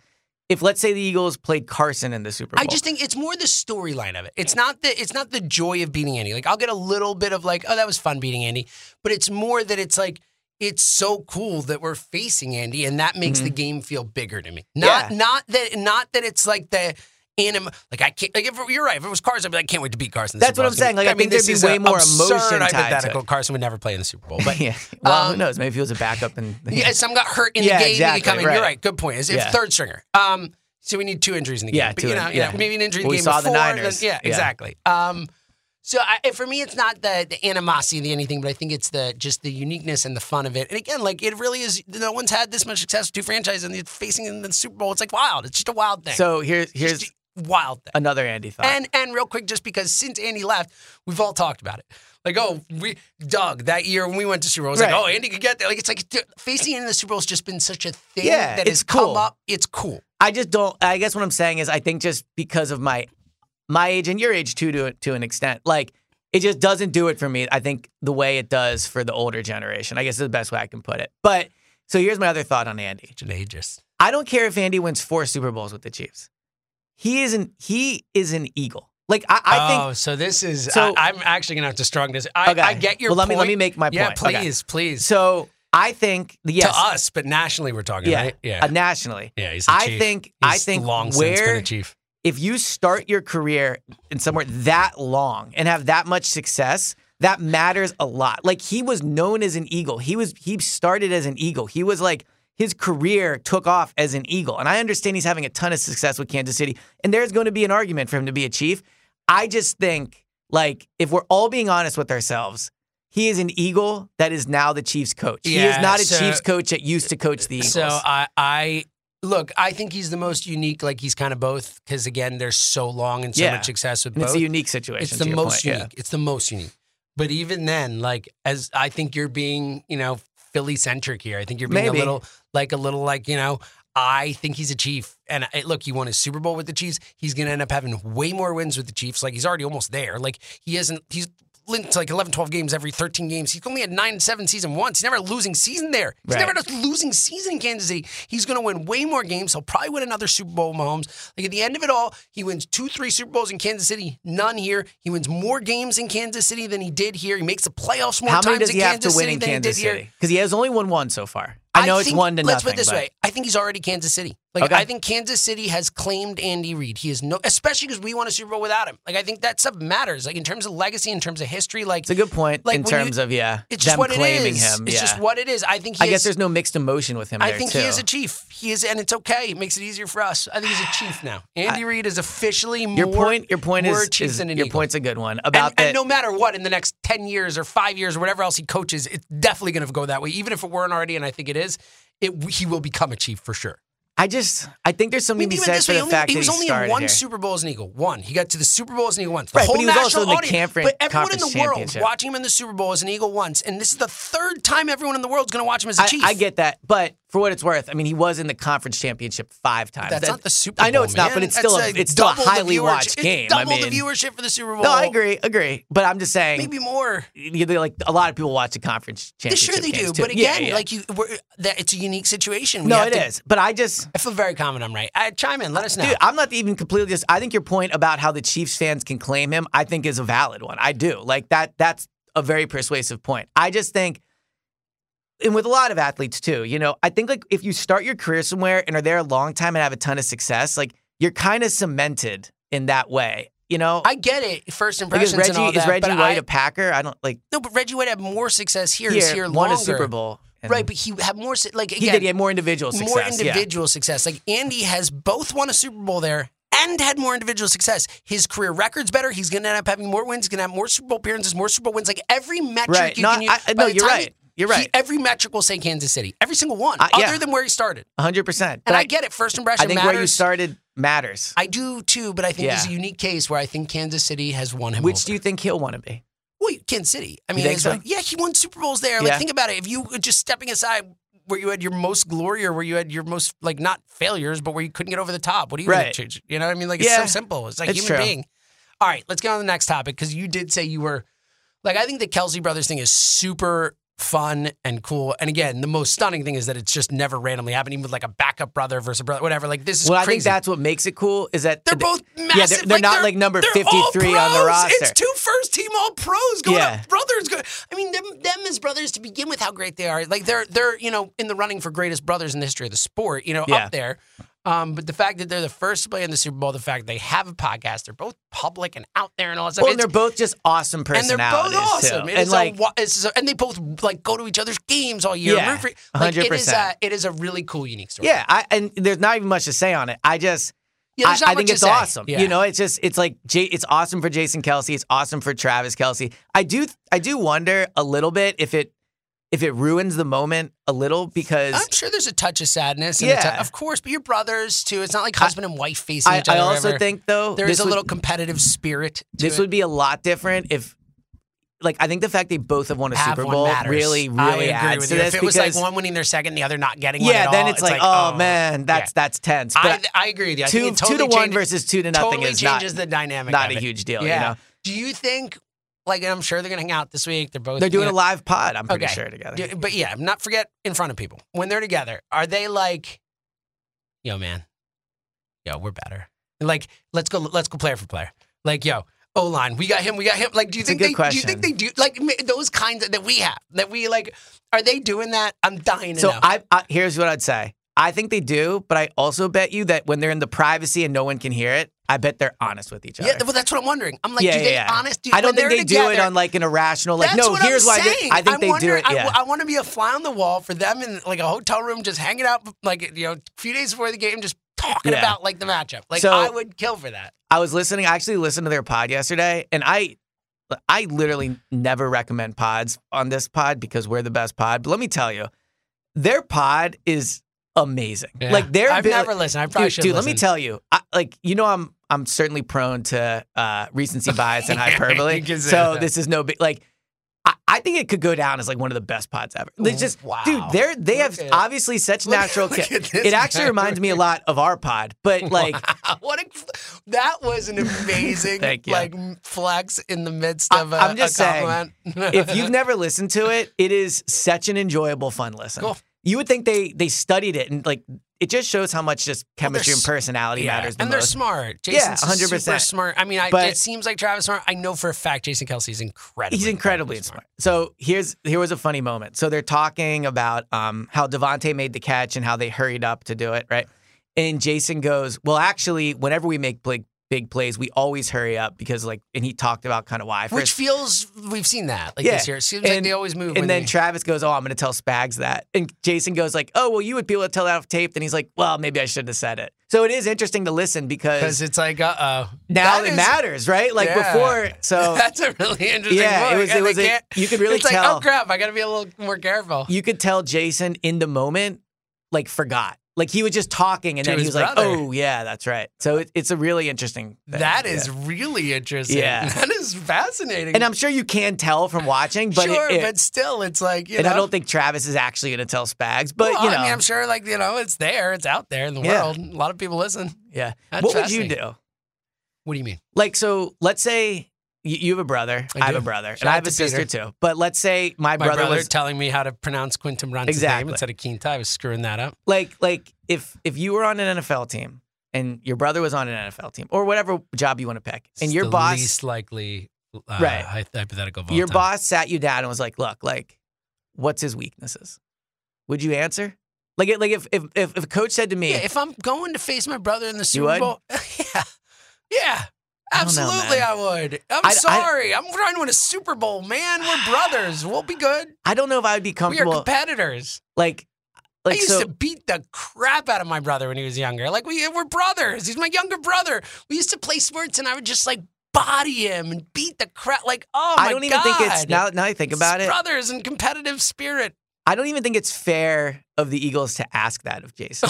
Speaker 3: if let's say the Eagles played Carson in the Super Bowl,
Speaker 2: I
Speaker 3: *laughs*
Speaker 2: just think it's more the storyline of it. It's not the it's not the joy of beating Andy. Like I'll get a little bit of like, oh, that was fun beating Andy, but it's more that it's like it's so cool that we're facing Andy, and that makes the game feel bigger to me. Not
Speaker 3: Mm-hmm. Yeah.
Speaker 2: not that not that it's like the anim like I can't like if it- you're right if it was Carson I'd be like, I can't wait to beat Carson. in the
Speaker 3: That's
Speaker 2: Super
Speaker 3: what
Speaker 2: Bowl."
Speaker 3: I'm saying. Like, I think
Speaker 2: this
Speaker 3: there'd be
Speaker 2: is a
Speaker 3: way more
Speaker 2: absurd
Speaker 3: emotion tied to it.
Speaker 2: hypothetical. Carson would never play in the
Speaker 3: *laughs*
Speaker 2: Super Bowl, but
Speaker 3: yeah. Well,
Speaker 2: um,
Speaker 3: who knows? Maybe he was a
Speaker 2: *laughs*
Speaker 3: backup and
Speaker 2: Yeah, some got hurt in
Speaker 3: Yeah,
Speaker 2: the game. They
Speaker 3: exactly,
Speaker 2: could come in. You're
Speaker 3: right.
Speaker 2: right. Good point. It's it's
Speaker 3: Yeah.
Speaker 2: third stringer. Um, so we need two injuries in the game.
Speaker 3: Yeah,
Speaker 2: but,
Speaker 3: two
Speaker 2: you
Speaker 3: in-
Speaker 2: know, you
Speaker 3: yeah.
Speaker 2: know, maybe an injury in
Speaker 3: Well,
Speaker 2: the
Speaker 3: we
Speaker 2: game
Speaker 3: saw the
Speaker 2: before. then-
Speaker 3: Niners.
Speaker 2: yeah,
Speaker 3: Yeah.
Speaker 2: exactly. Um, so I, and for me, it's not the, the animosity of the anything, but I think it's the just the uniqueness and the fun of it. And again, like it really is. No one's had this much success with two franchises, and they're facing in the Super Bowl. It's like wild. It's just a wild thing.
Speaker 3: *laughs* So here's
Speaker 2: It's
Speaker 3: here's
Speaker 2: just a wild thing.
Speaker 3: another Andy thought.
Speaker 2: And and real quick, just because since Andy left, we've all talked about it. Like, oh, we Doug that year when we went to Super Bowl, it was
Speaker 3: Right.
Speaker 2: like, oh, Andy could get there. Like, it's like dude, facing Andy in the Super Bowl has just been such a thing
Speaker 3: Yeah,
Speaker 2: that
Speaker 3: it's
Speaker 2: has come
Speaker 3: cool.
Speaker 2: up. It's cool.
Speaker 3: I just don't. I guess what I'm saying is, I think just because of my my age and your age too, to to an extent, like it just doesn't do it for me. I think the way it does for the older generation. I guess is the best way I can put it. But so here's my other thought on Andy.
Speaker 2: It's ageist.
Speaker 3: I don't care if Andy wins four Super Bowls with the Chiefs. He isn't. He is an Eagle. Like I, I think.
Speaker 2: oh, so this is.
Speaker 3: so-
Speaker 2: I, I'm actually gonna have to strong this. I,
Speaker 3: Okay.
Speaker 2: I get your.
Speaker 3: Well, let me-
Speaker 2: point.
Speaker 3: let me make my
Speaker 2: yeah,
Speaker 3: point. Okay.
Speaker 2: please, please.
Speaker 3: So I think yes.
Speaker 2: to us, but nationally, we're talking,
Speaker 3: yeah,
Speaker 2: right? Yeah,
Speaker 3: uh, nationally.
Speaker 2: yeah. He's the
Speaker 3: I
Speaker 2: chief.
Speaker 3: think. I
Speaker 2: He's
Speaker 3: think
Speaker 2: long
Speaker 3: where
Speaker 2: since been a chief.
Speaker 3: if you start your career in somewhere that long and have that much success, that matters a lot. Like he was known as an eagle. He was he started as an eagle. He was like his career took off as an eagle. And I understand he's having a ton of success with Kansas City. And there's going to be an argument for him to be a chief. I just think like if we're all being honest with ourselves, he is an eagle that is now the Chiefs coach. he
Speaker 2: Yeah,
Speaker 3: is not a
Speaker 2: so-
Speaker 3: Chiefs coach that used to coach the Eagles.
Speaker 2: So I, I look. I think he's the most unique. Like he's kind of both because again, there's so long and so
Speaker 3: Yeah.
Speaker 2: much success with
Speaker 3: and
Speaker 2: both.
Speaker 3: it's a unique situation.
Speaker 2: It's
Speaker 3: to
Speaker 2: the
Speaker 3: your
Speaker 2: most
Speaker 3: point, yeah.
Speaker 2: unique. It's the most unique. But even then, like as I think you're being, you know, Philly centric here. I think you're being
Speaker 3: Maybe.
Speaker 2: a little like a little like you know. I think he's a Chief, and I, look, he won his Super Bowl with the Chiefs. He's going to end up having way more wins with the Chiefs. Like he's already almost there. Like he isn't. He's linked to like 11, 12 games every 13 games. He only had 9 and 7 season once. He's never a losing season there. He's
Speaker 3: Right.
Speaker 2: never had a losing season in Kansas City. He's going to win way more games. He'll probably win another Super Bowl, Mahomes. Like at the end of it all, he wins two, three Super Bowls in Kansas City, none here. He wins more games in Kansas City than he did here. He makes the playoffs more
Speaker 3: How
Speaker 2: times
Speaker 3: many does
Speaker 2: in
Speaker 3: he have
Speaker 2: Kansas
Speaker 3: to win
Speaker 2: City
Speaker 3: in
Speaker 2: than
Speaker 3: Kansas
Speaker 2: he did here.
Speaker 3: City? Because he has only won one so far. I know it's
Speaker 2: think-
Speaker 3: one to
Speaker 2: Let's
Speaker 3: nothing.
Speaker 2: put it this
Speaker 3: but-
Speaker 2: way: I think he's already Kansas City. Like
Speaker 3: Okay.
Speaker 2: I think Kansas City has claimed Andy Reid. He is no, especially because we won a Super Bowl without him. Like I think that stuff matters. Like in terms of legacy, in terms of history, like
Speaker 3: It's a good point
Speaker 2: Like,
Speaker 3: in
Speaker 2: when you-
Speaker 3: terms of yeah,
Speaker 2: it's just
Speaker 3: them
Speaker 2: what
Speaker 3: claiming
Speaker 2: it is.
Speaker 3: him.
Speaker 2: It's
Speaker 3: yeah.
Speaker 2: just what it is. I think he
Speaker 3: I guess
Speaker 2: is,
Speaker 3: there's no mixed emotion with him.
Speaker 2: I
Speaker 3: there,
Speaker 2: think
Speaker 3: too.
Speaker 2: he is a chief. He is, and it's okay. It makes it easier for us. I think he's a chief now. Andy Reid is officially
Speaker 3: Your
Speaker 2: more.
Speaker 3: point. Your point
Speaker 2: more
Speaker 3: is,
Speaker 2: a chief
Speaker 3: is-
Speaker 2: than an
Speaker 3: your
Speaker 2: eagle.
Speaker 3: point's a good one
Speaker 2: And,
Speaker 3: about
Speaker 2: and
Speaker 3: that.
Speaker 2: no matter what, in the next 10 years or five years or whatever else he coaches, it's definitely going to go that way. Even if it weren't already, and I think it is, it, he will become a chief for sure.
Speaker 3: I just I think there's
Speaker 2: I mean,
Speaker 3: something to be
Speaker 2: even
Speaker 3: said
Speaker 2: this
Speaker 3: for
Speaker 2: way,
Speaker 3: the
Speaker 2: only,
Speaker 3: fact
Speaker 2: he
Speaker 3: that
Speaker 2: was
Speaker 3: he
Speaker 2: only
Speaker 3: started
Speaker 2: in one
Speaker 3: here.
Speaker 2: Super Bowl as an Eagle. One. He got to the Super Bowl as an Eagle once. The
Speaker 3: Right, but
Speaker 2: whole
Speaker 3: he was also
Speaker 2: national
Speaker 3: in the
Speaker 2: audience,
Speaker 3: conference-
Speaker 2: but everyone in
Speaker 3: conference
Speaker 2: the world
Speaker 3: championship.
Speaker 2: watching him in the Super Bowl as an Eagle once, and this is the third time everyone in the world's going to watch him as a
Speaker 3: I,
Speaker 2: Chief.
Speaker 3: I get that, but for what it's worth, I mean, he was in the conference championship five times.
Speaker 2: That's
Speaker 3: That-
Speaker 2: not the Super Bowl.
Speaker 3: I know it's not,
Speaker 2: man.
Speaker 3: but it's still a,
Speaker 2: That's, like,
Speaker 3: it's still a
Speaker 2: double the
Speaker 3: highly
Speaker 2: viewership-
Speaker 3: watched
Speaker 2: it's
Speaker 3: game.
Speaker 2: Double
Speaker 3: I mean,
Speaker 2: the viewership for the Super Bowl.
Speaker 3: No, I agree, agree, but I'm just saying,
Speaker 2: Maybe more.
Speaker 3: you know, like a lot of people watch the conference championship.
Speaker 2: Sure, they do.
Speaker 3: games, too.
Speaker 2: But
Speaker 3: Yeah,
Speaker 2: again,
Speaker 3: yeah.
Speaker 2: like you, we're, that it's a unique situation. We
Speaker 3: no,
Speaker 2: have
Speaker 3: it
Speaker 2: to-
Speaker 3: is. But I just.
Speaker 2: I feel very confident I'm right. I, chime in. Let us know.
Speaker 3: Dude, I'm not even completely just. I think your point about how the Chiefs fans can claim him, I think is a valid one. I do like that. That's a very persuasive point. I just think, and with a lot of athletes too, you know, I think like if you start your career somewhere and are there a long time and have a ton of success, like you're kind of cemented in that way. You know,
Speaker 2: I get it. First impressions
Speaker 3: because Reggie
Speaker 2: and all that.
Speaker 3: is Reggie
Speaker 2: but
Speaker 3: White
Speaker 2: I-
Speaker 3: a Packer. I don't like
Speaker 2: no, but Reggie White had more success here. He's here
Speaker 3: here, won
Speaker 2: longer.
Speaker 3: a Super Bowl, and
Speaker 2: Right, but he had more. su- Like
Speaker 3: he
Speaker 2: again,
Speaker 3: did. He had more individual success.
Speaker 2: more
Speaker 3: yeah.
Speaker 2: individual success. Like Andy has both won a Super Bowl there and had more individual success. His career record's better. He's going to end up having more wins. He's going to have more Super Bowl appearances, more Super Bowl wins. Like every metric
Speaker 3: Right.
Speaker 2: you
Speaker 3: No,
Speaker 2: can use.
Speaker 3: I- I-
Speaker 2: by
Speaker 3: no,
Speaker 2: the
Speaker 3: you're
Speaker 2: time
Speaker 3: right. You're right.
Speaker 2: he- every metric will say Kansas City. Every single one,
Speaker 3: I- yeah.
Speaker 2: other than where he started.
Speaker 3: hundred percent.
Speaker 2: And I, get it. First impression
Speaker 3: I think
Speaker 2: matters.
Speaker 3: where you started matters.
Speaker 2: I do too, but I think
Speaker 3: Yeah.
Speaker 2: there's a unique case where I think Kansas City has won him.
Speaker 3: Which
Speaker 2: over.
Speaker 3: do you think he'll want to be?
Speaker 2: Well, Kansas City. I mean,
Speaker 3: think
Speaker 2: it's
Speaker 3: so?
Speaker 2: like, yeah, he won Super Bowls there. Like,
Speaker 3: Yeah.
Speaker 2: think about it. If you were just stepping aside where you had your most glory or where you had your most like not failures, but where you couldn't get over the top, what do you gonna
Speaker 3: Right.
Speaker 2: change? You know what I mean? Like, it's so
Speaker 3: Yeah.
Speaker 2: simple. It's like
Speaker 3: It's
Speaker 2: human
Speaker 3: true.
Speaker 2: being. All right, let's get on to the next topic because you did say you were like I think the Kelsey brothers thing is super fun and cool. And again, the most stunning thing is that it's just never randomly happened, even with like a backup brother versus a brother, whatever. Like this is
Speaker 3: Well, I
Speaker 2: crazy.
Speaker 3: think that's what makes it cool is that
Speaker 2: They're both massive.
Speaker 3: Yeah, they're, they're not like number
Speaker 2: they're all
Speaker 3: 53 on the
Speaker 2: pros.
Speaker 3: roster.
Speaker 2: It's two first team all pros going
Speaker 3: Yeah.
Speaker 2: up. Brothers go. I mean, them, them as brothers to begin with, how great they are. Like they're they're you know in the running for greatest brothers in the history of the sport. You know
Speaker 3: Yeah.
Speaker 2: up there. Um, but the fact that they're the first to play in the Super Bowl, the fact they have a podcast, they're both public and out there and all that stuff.
Speaker 3: well, and
Speaker 2: it's-
Speaker 3: they're both just awesome
Speaker 2: and they're both
Speaker 3: personalities
Speaker 2: awesome.
Speaker 3: too.
Speaker 2: It
Speaker 3: and
Speaker 2: is a
Speaker 3: like,
Speaker 2: wa- it's a- and they both like go to each other's games all year.
Speaker 3: Yeah,
Speaker 2: root for- like, it is
Speaker 3: 100%.
Speaker 2: a it is a really cool, unique story.
Speaker 3: yeah, I, and there's not even much to say on it. I just,
Speaker 2: Yeah,
Speaker 3: I,
Speaker 2: there's not
Speaker 3: I think
Speaker 2: much to
Speaker 3: it's
Speaker 2: say.
Speaker 3: awesome.
Speaker 2: Yeah.
Speaker 3: You know, it's just, it's like, J, it's awesome for Jason Kelsey. It's awesome for Travis Kelsey. I do, I do wonder a little bit if it, if it ruins the moment a little because
Speaker 2: I'm sure there's a touch of sadness. And a
Speaker 3: Yeah.
Speaker 2: tou- of course, but your brothers too. It's not like husband and wife facing
Speaker 3: I,
Speaker 2: each
Speaker 3: I
Speaker 2: other. or
Speaker 3: also
Speaker 2: whatever.
Speaker 3: think though
Speaker 2: there
Speaker 3: this
Speaker 2: is a
Speaker 3: would-
Speaker 2: little competitive spirit. To
Speaker 3: this
Speaker 2: it.
Speaker 3: would be a lot different if like I think the fact they both have won a
Speaker 2: Have
Speaker 3: Super
Speaker 2: one
Speaker 3: Bowl
Speaker 2: matters.
Speaker 3: really,
Speaker 2: I
Speaker 3: really
Speaker 2: agree
Speaker 3: adds
Speaker 2: with
Speaker 3: to
Speaker 2: you.
Speaker 3: this
Speaker 2: If it was
Speaker 3: because
Speaker 2: like one winning their second, the other not getting one.
Speaker 3: yeah,
Speaker 2: at
Speaker 3: then
Speaker 2: all,
Speaker 3: it's, like, oh, man, that's
Speaker 2: yeah.
Speaker 3: that's tense.
Speaker 2: I,
Speaker 3: But
Speaker 2: I agree with you. I
Speaker 3: two
Speaker 2: think it totally
Speaker 3: two to one
Speaker 2: changes-
Speaker 3: versus two to nothing
Speaker 2: totally
Speaker 3: is not
Speaker 2: changes the dynamic.
Speaker 3: not
Speaker 2: of
Speaker 3: a
Speaker 2: it.
Speaker 3: huge deal.
Speaker 2: Yeah.
Speaker 3: You know,
Speaker 2: Do you think? Like, and I'm sure they're gonna hang out this week. They're both.
Speaker 3: they're doing
Speaker 2: you
Speaker 3: a
Speaker 2: know-
Speaker 3: live pod. I'm pretty
Speaker 2: Okay.
Speaker 3: sure together.
Speaker 2: Do- But yeah, not forget in front of people when they're together. Are they like, yo, man, yo, we're better. Like, let's go, let's go player for player. Like, yo, O line, we got him, we got him. Like, do you
Speaker 3: It's
Speaker 2: think
Speaker 3: a good
Speaker 2: they? Do you
Speaker 3: question.
Speaker 2: think they do like ma- those kinds of, that we have that we like? Are they doing that? I'm dying to
Speaker 3: So
Speaker 2: know.
Speaker 3: I, I here's what I'd say. I think they do, but I also bet you that when they're in the privacy and no one can hear it, I bet they're honest with each other.
Speaker 2: yeah, well, that's what I'm wondering. I'm like,
Speaker 3: yeah,
Speaker 2: do
Speaker 3: yeah,
Speaker 2: they
Speaker 3: yeah.
Speaker 2: honest? Do,
Speaker 3: I don't
Speaker 2: when they're
Speaker 3: think they do it
Speaker 2: together-
Speaker 3: on like an irrational, like,
Speaker 2: That's
Speaker 3: no,
Speaker 2: what
Speaker 3: here's
Speaker 2: I'm
Speaker 3: why
Speaker 2: saying.
Speaker 3: they, I think
Speaker 2: I'm
Speaker 3: they do
Speaker 2: wondering-
Speaker 3: it.
Speaker 2: I-
Speaker 3: Yeah.
Speaker 2: I, want to be a fly on the wall for them in like a hotel room, just hanging out, like you know, a few days before the game, just talking
Speaker 3: Yeah.
Speaker 2: about like the matchup. Like
Speaker 3: So-
Speaker 2: I would kill for that.
Speaker 3: I was listening. I actually listened to their pod yesterday, and I, I literally never recommend pods on this pod because we're the best pod. But let me tell you, their pod is amazing. Like their
Speaker 2: I've
Speaker 3: abil-
Speaker 2: never listened. I probably
Speaker 3: dude,
Speaker 2: should.
Speaker 3: dude, let me tell you, I, like you know, I'm
Speaker 2: *laughs*
Speaker 3: I'm certainly prone to uh, recency bias and hyperbole.
Speaker 2: You can say
Speaker 3: so
Speaker 2: that.
Speaker 3: this is no big like. I- I, I think it could go down as like one of the best pods ever. They just,
Speaker 2: Wow.
Speaker 3: dude, they're they
Speaker 2: Look
Speaker 3: have
Speaker 2: at-
Speaker 3: obviously such
Speaker 2: look-
Speaker 3: natural.
Speaker 2: look
Speaker 3: ca-
Speaker 2: at this
Speaker 3: it actually
Speaker 2: guy
Speaker 3: reminds me a lot of our pod,
Speaker 2: *laughs*
Speaker 3: but like
Speaker 2: what a, that was an amazing
Speaker 3: *laughs* Thank you.
Speaker 2: like flex in the midst
Speaker 3: I-
Speaker 2: of a,
Speaker 3: I'm just
Speaker 2: a
Speaker 3: saying,
Speaker 2: compliment.
Speaker 3: if
Speaker 2: *laughs*
Speaker 3: you've never listened to it, it is such an enjoyable, fun listen.
Speaker 2: Cool.
Speaker 3: You would think they they studied it and like it just shows how much just chemistry and
Speaker 2: s-
Speaker 3: personality
Speaker 2: Yeah,
Speaker 3: matters. The
Speaker 2: and they're
Speaker 3: most.
Speaker 2: smart.
Speaker 3: Yeah,
Speaker 2: Jason's yeah, 100%. super
Speaker 3: 100%.
Speaker 2: smart. I mean, I,
Speaker 3: But-
Speaker 2: it seems like Travis smart. I know for a fact Jason Kelsey's incredibly.
Speaker 3: He's incredibly smart. So here's here was a funny moment. So they're talking about um, how Devonte made the catch and how they hurried up to do it, right? And Jason goes, "Well, actually, whenever we make big big plays, we always hurry up because like." And he talked about kind of why.
Speaker 2: Which
Speaker 3: First-
Speaker 2: feels we've seen that like this year. It seems like they always move.
Speaker 3: And
Speaker 2: when
Speaker 3: then
Speaker 2: they,
Speaker 3: Travis goes, "Oh, I'm going to tell Spags that." And Jason goes, "Like, oh, well, you would be able to tell that off tape." Then he's like, "Well, maybe I shouldn't have said it." So it is interesting to listen because
Speaker 2: because it's like uh oh
Speaker 3: now it matters, right? Like
Speaker 2: Yeah.
Speaker 3: before, so
Speaker 2: *laughs* That's a really interesting.
Speaker 3: Yeah, it
Speaker 2: look,
Speaker 3: was-
Speaker 2: and
Speaker 3: it
Speaker 2: they
Speaker 3: was a-
Speaker 2: can't-
Speaker 3: you could really
Speaker 2: it's like,
Speaker 3: tell.
Speaker 2: oh crap! I got to be a little more careful.
Speaker 3: you could tell Jason in the moment, like forgot. Like he was just talking, and
Speaker 2: To
Speaker 3: then he
Speaker 2: his
Speaker 3: was
Speaker 2: brother.
Speaker 3: like, "Oh yeah, that's right." So it, it's a really interesting. Thing.
Speaker 2: That
Speaker 3: Yeah.
Speaker 2: is really interesting.
Speaker 3: Yeah.
Speaker 2: *laughs* That is fascinating.
Speaker 3: and I'm sure you can tell from watching, but it-
Speaker 2: sure,
Speaker 3: it-
Speaker 2: but still, it's like you
Speaker 3: and
Speaker 2: know.
Speaker 3: I don't think Travis is actually going to tell Spags, but
Speaker 2: Well,
Speaker 3: you know,
Speaker 2: I mean, I'm sure, like you know, it's there, it's out there in the
Speaker 3: Yeah.
Speaker 2: world. A lot of people listen.
Speaker 3: yeah.
Speaker 2: That's
Speaker 3: What would you
Speaker 2: fascinating.
Speaker 3: do?
Speaker 2: What do you mean?
Speaker 3: Like, so let's say you, you have a brother,
Speaker 2: I
Speaker 3: I, have
Speaker 2: do.
Speaker 3: a brother,
Speaker 2: Shout
Speaker 3: and I
Speaker 2: out
Speaker 3: have a
Speaker 2: to Peter.
Speaker 3: sister too. But let's say my,
Speaker 2: My brother,
Speaker 3: was
Speaker 2: telling me how to pronounce Quintum Brunton's name
Speaker 3: Exactly.
Speaker 2: instead of Quinta. I was screwing that up.
Speaker 3: like like if if you were on an NFL team and your brother was on an NFL team or whatever job you want to pick, and
Speaker 2: It's
Speaker 3: your
Speaker 2: the
Speaker 3: boss
Speaker 2: least likely, uh,
Speaker 3: Right.
Speaker 2: hy- hypothetical. Of all
Speaker 3: your
Speaker 2: time.
Speaker 3: boss sat you down and was like, "Look, like, what's his weaknesses?" Would you answer? Like, it- like if if if, if a coach said to me,
Speaker 2: Yeah, if I'm going to face my brother in the Super
Speaker 3: would?
Speaker 2: Bowl, *laughs* yeah, yeah,
Speaker 3: I don't know,
Speaker 2: absolutely,
Speaker 3: man.
Speaker 2: I would. I'm
Speaker 3: I- I-
Speaker 2: sorry, I, am trying to win a Super Bowl, man.
Speaker 3: *sighs*
Speaker 2: We're brothers. We'll be good.
Speaker 3: "I don't know if I would be
Speaker 2: We are
Speaker 3: comfortable,"
Speaker 2: competitors.
Speaker 3: like,
Speaker 2: I
Speaker 3: like
Speaker 2: used
Speaker 3: so,
Speaker 2: to oh beat the crap out of my brother when he was younger. Like we were brothers. He's my younger brother. We used to play sports, and I would just like body him and beat the crap. Like oh my
Speaker 3: I don't even think it's
Speaker 2: God.
Speaker 3: now. Now I think
Speaker 2: It's
Speaker 3: about it,
Speaker 2: Brothers and competitive spirit. *laughs*
Speaker 3: I don't even think it's fair of the Eagles to ask that of
Speaker 2: *laughs*
Speaker 3: Jason.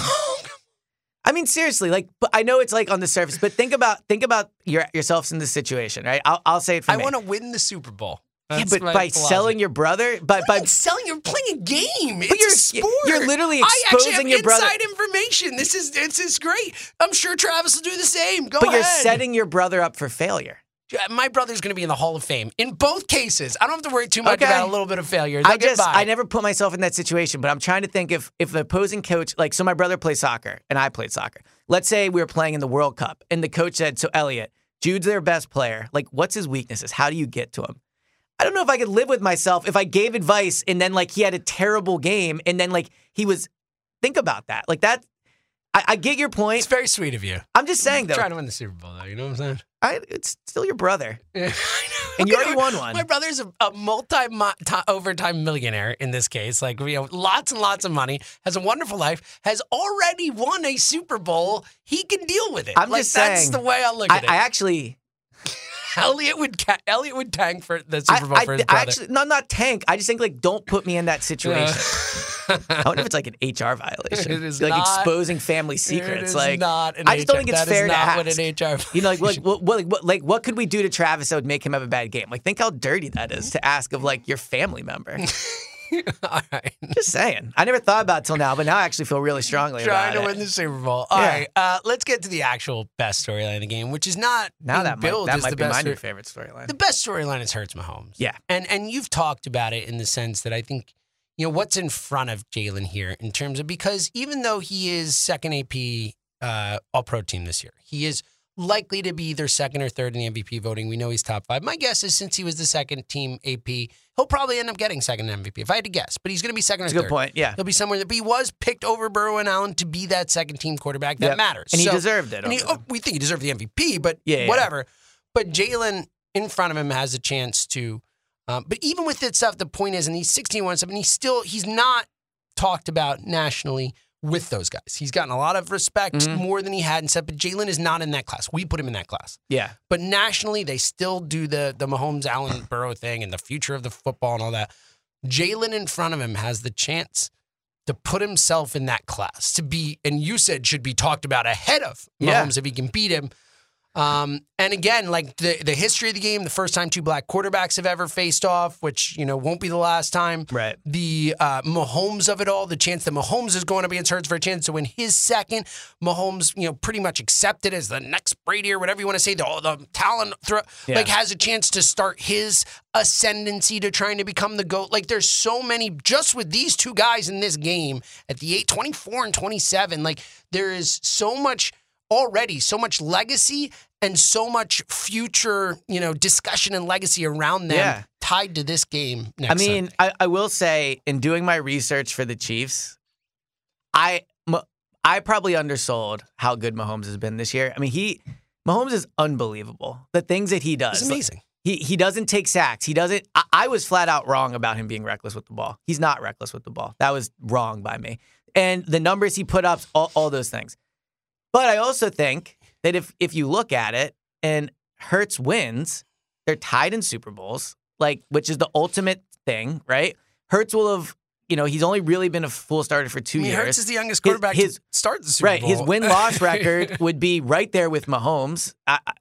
Speaker 3: I mean, seriously, like, but I know it's like on the surface, but think about think about your, yourselves in this situation, right? I'll, I'll say it for
Speaker 2: I
Speaker 3: me.
Speaker 2: want to win the Super Bowl.
Speaker 3: yeah,
Speaker 2: That's
Speaker 3: but
Speaker 2: my
Speaker 3: by
Speaker 2: philosophy.
Speaker 3: selling your brother, by by
Speaker 2: By selling, you're playing a game. It's
Speaker 3: But
Speaker 2: a
Speaker 3: you're-
Speaker 2: sport.
Speaker 3: you're literally
Speaker 2: I actually have
Speaker 3: exposing your brother-
Speaker 2: inside information. This is this is great. I'm sure Travis will do the same. Go
Speaker 3: but
Speaker 2: ahead.
Speaker 3: you're setting your brother up for failure.
Speaker 2: My brother's going to be in the Hall of Fame in both cases. I don't have to worry too much
Speaker 3: Okay.
Speaker 2: about a little bit of failure.
Speaker 3: I just I never put myself in that situation, but I'm trying to think if if the opposing coach like so my brother plays soccer and I played soccer. Let's say we were playing in the World Cup and the coach said, "So Elliot, Jude's their best player. Like, what's his weaknesses? How do you get to him?" I don't know if I could live with myself if I gave advice and then like he had a terrible game and then like he was. Think about that. Like that. I, I get your
Speaker 2: It's
Speaker 3: point.
Speaker 2: very sweet of you.
Speaker 3: I'm just saying though.
Speaker 2: Trying to win the Super Bowl, though. You know what I'm saying? *laughs*
Speaker 3: I, it's still your brother.
Speaker 2: Yeah.
Speaker 3: And you
Speaker 2: Look at *laughs*
Speaker 3: already
Speaker 2: him.
Speaker 3: won one.
Speaker 2: My brother's a, a multi mo- ti- overtime millionaire in this case. Like, you know, lots and lots of money, has a wonderful life, has already won a Super Bowl. He can deal with it.
Speaker 3: I'm
Speaker 2: like,
Speaker 3: just
Speaker 2: that's
Speaker 3: saying,
Speaker 2: the way I look
Speaker 3: I,
Speaker 2: at it.
Speaker 3: I actually
Speaker 2: Elliot would ca- Elliot would tank for the Super Bowl
Speaker 3: I,
Speaker 2: for
Speaker 3: I,
Speaker 2: his
Speaker 3: I
Speaker 2: brother.
Speaker 3: actually, no, not tank. I just think like don't put me in that situation. I wonder if it's like an HR violation.
Speaker 2: It is
Speaker 3: like
Speaker 2: not-
Speaker 3: exposing family
Speaker 2: It
Speaker 3: secrets.
Speaker 2: is
Speaker 3: like
Speaker 2: not an
Speaker 3: I just don't
Speaker 2: HR
Speaker 3: think it's
Speaker 2: that is
Speaker 3: fair
Speaker 2: not
Speaker 3: to
Speaker 2: what
Speaker 3: ask.
Speaker 2: an HR
Speaker 3: *laughs* you know, like what, what, what, what, like what could we do to Travis that would make him have a bad game? Like think how dirty that is to ask of like your
Speaker 2: *laughs*
Speaker 3: family member.
Speaker 2: *laughs* All right.
Speaker 3: just saying. I never thought about it till now, but now I actually feel really strongly
Speaker 2: Trying
Speaker 3: about
Speaker 2: to
Speaker 3: it.
Speaker 2: win the Super Bowl. All
Speaker 3: Yeah.
Speaker 2: right, uh, let's get to the actual best storyline of the game, which is not
Speaker 3: now
Speaker 2: being
Speaker 3: that might,
Speaker 2: billed
Speaker 3: that
Speaker 2: as the
Speaker 3: might be
Speaker 2: best
Speaker 3: my new
Speaker 2: story-
Speaker 3: favorite storyline.
Speaker 2: The best storyline is Hurts Mahomes.
Speaker 3: Yeah.
Speaker 2: And and you've talked about it in the sense that I think, you know, what's in front of Jalen here in terms of because even though he is second AP uh, all pro team this year, he is likely to be either second or third in the MVP voting. We know he's top five. My guess is since he was the second team AP, he'll probably end up getting second in MVP if I had to guess, but he's going to be second
Speaker 3: That's a
Speaker 2: or
Speaker 3: good
Speaker 2: third.
Speaker 3: point. Yeah.
Speaker 2: He'll be somewhere that but he was picked over Burrow and Allen to be that second team quarterback. That
Speaker 3: Yep.
Speaker 2: matters.
Speaker 3: And he
Speaker 2: So-
Speaker 3: deserved it.
Speaker 2: and he,
Speaker 3: over
Speaker 2: oh, we think he deserved the MVP, but
Speaker 3: Yeah, yeah.
Speaker 2: whatever. But Jalen in front of him has a chance to. Um, but even with that stuff, the point is, and he's 16 1 and he's still, he's not talked about nationally with those guys. He's gotten a lot of respect
Speaker 3: Mhm.
Speaker 2: more than he had and stuff, but Jalen is not in that class. We put him in that class.
Speaker 3: yeah.
Speaker 2: But nationally, they still do the the Mahomes Allen Burrow thing and the future of the football and all that. Jalen in front of him has the chance to put himself in that class to be, and you said should be talked about ahead of
Speaker 3: Yeah.
Speaker 2: Mahomes if he can beat him. Um, and again, like the, the history of the game, the first time two black quarterbacks have ever faced off, which, you know, won't be the last time.
Speaker 3: Right.
Speaker 2: The uh, Mahomes of it all, the chance that Mahomes is going up against Hurts for a chance to win his second. Mahomes, you know, pretty much accepted as the next Brady or whatever you want to say, the, the talent, throw,
Speaker 3: Yeah.
Speaker 2: like has a chance to start his ascendancy to trying to become the GOAT. Like there's so many, just with these two guys in this game at the 8, 24 and 27, like there is so much already so much legacy and so much future, you know, discussion and legacy around them
Speaker 3: Yeah.
Speaker 2: tied to this game. Next
Speaker 3: I mean,
Speaker 2: Sunday.
Speaker 3: I, I will say, in doing my research for the Chiefs, I m- I probably undersold how good Mahomes has been this year. I mean, he Mahomes is unbelievable. The things that he does,
Speaker 2: it's amazing.
Speaker 3: He he doesn't take sacks. He doesn't. I, I was flat out wrong about him being reckless with the ball. He's not reckless with the ball. That was wrong by me. And the numbers he put up, all, all those things. But I also think that if if you look at it and Hertz wins, they're tied in Super Bowls, like which is the ultimate thing, right? Hertz will have, you know, he's only really been a full starter for two
Speaker 2: I mean,
Speaker 3: years.
Speaker 2: Hurts is the youngest
Speaker 3: His-
Speaker 2: quarterback
Speaker 3: his-
Speaker 2: to start the Super
Speaker 3: right,
Speaker 2: Bowl.
Speaker 3: his win
Speaker 2: *laughs*
Speaker 3: loss record would be right there with Mahomes. I, I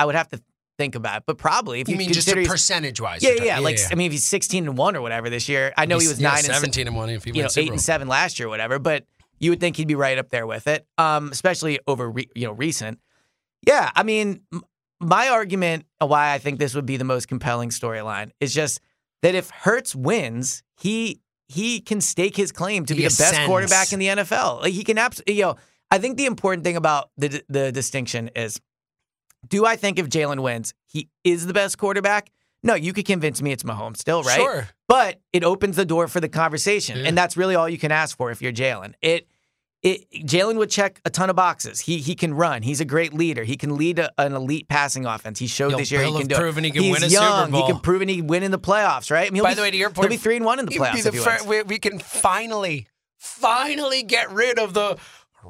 Speaker 3: I would have to think about it, but probably if you,
Speaker 2: you mean just
Speaker 3: consider he's-
Speaker 2: percentage wise?
Speaker 3: yeah, yeah, yeah. Like I mean, if he's sixteen and one or whatever this year, I know he was nine and seven,
Speaker 2: seventeen and one. If he
Speaker 3: you know,
Speaker 2: wins
Speaker 3: eight and seven last year, or whatever. But you would think he'd be right up there with it, um, especially over re- you know recent. Yeah, I mean, m- my argument why I think this would be the most compelling storyline is just that if Hertz wins, he he can stake his claim to
Speaker 2: He
Speaker 3: be the best
Speaker 2: ascends.
Speaker 3: quarterback in the NFL. Like he can absolutely, you know. I think the important thing about the d- the distinction is do I think if Jalen wins, he is the best quarterback? No, you could convince me it's Mahomes still, right?
Speaker 2: Sure.
Speaker 3: But it opens the door for the conversation,
Speaker 2: Yeah.
Speaker 3: and that's really all you can ask for if you're Jalen. It, it Jalen would check a ton of boxes. He he can run. He's a great leader. He can lead a, an elite passing offense. He showed
Speaker 2: Yo,
Speaker 3: this year
Speaker 2: Bill
Speaker 3: he can
Speaker 2: have
Speaker 3: do it.
Speaker 2: proven he can
Speaker 3: He's
Speaker 2: win a Super
Speaker 3: young.
Speaker 2: Bowl.
Speaker 3: He can proven he can win in the playoffs, right? I mean, he'll
Speaker 2: By
Speaker 3: be-
Speaker 2: the way, to your
Speaker 3: he'll
Speaker 2: point,
Speaker 3: be three and one in the
Speaker 2: He'd
Speaker 3: playoffs.
Speaker 2: be the
Speaker 3: if he
Speaker 2: fir-
Speaker 3: wins.
Speaker 2: we, we can finally, finally get rid of the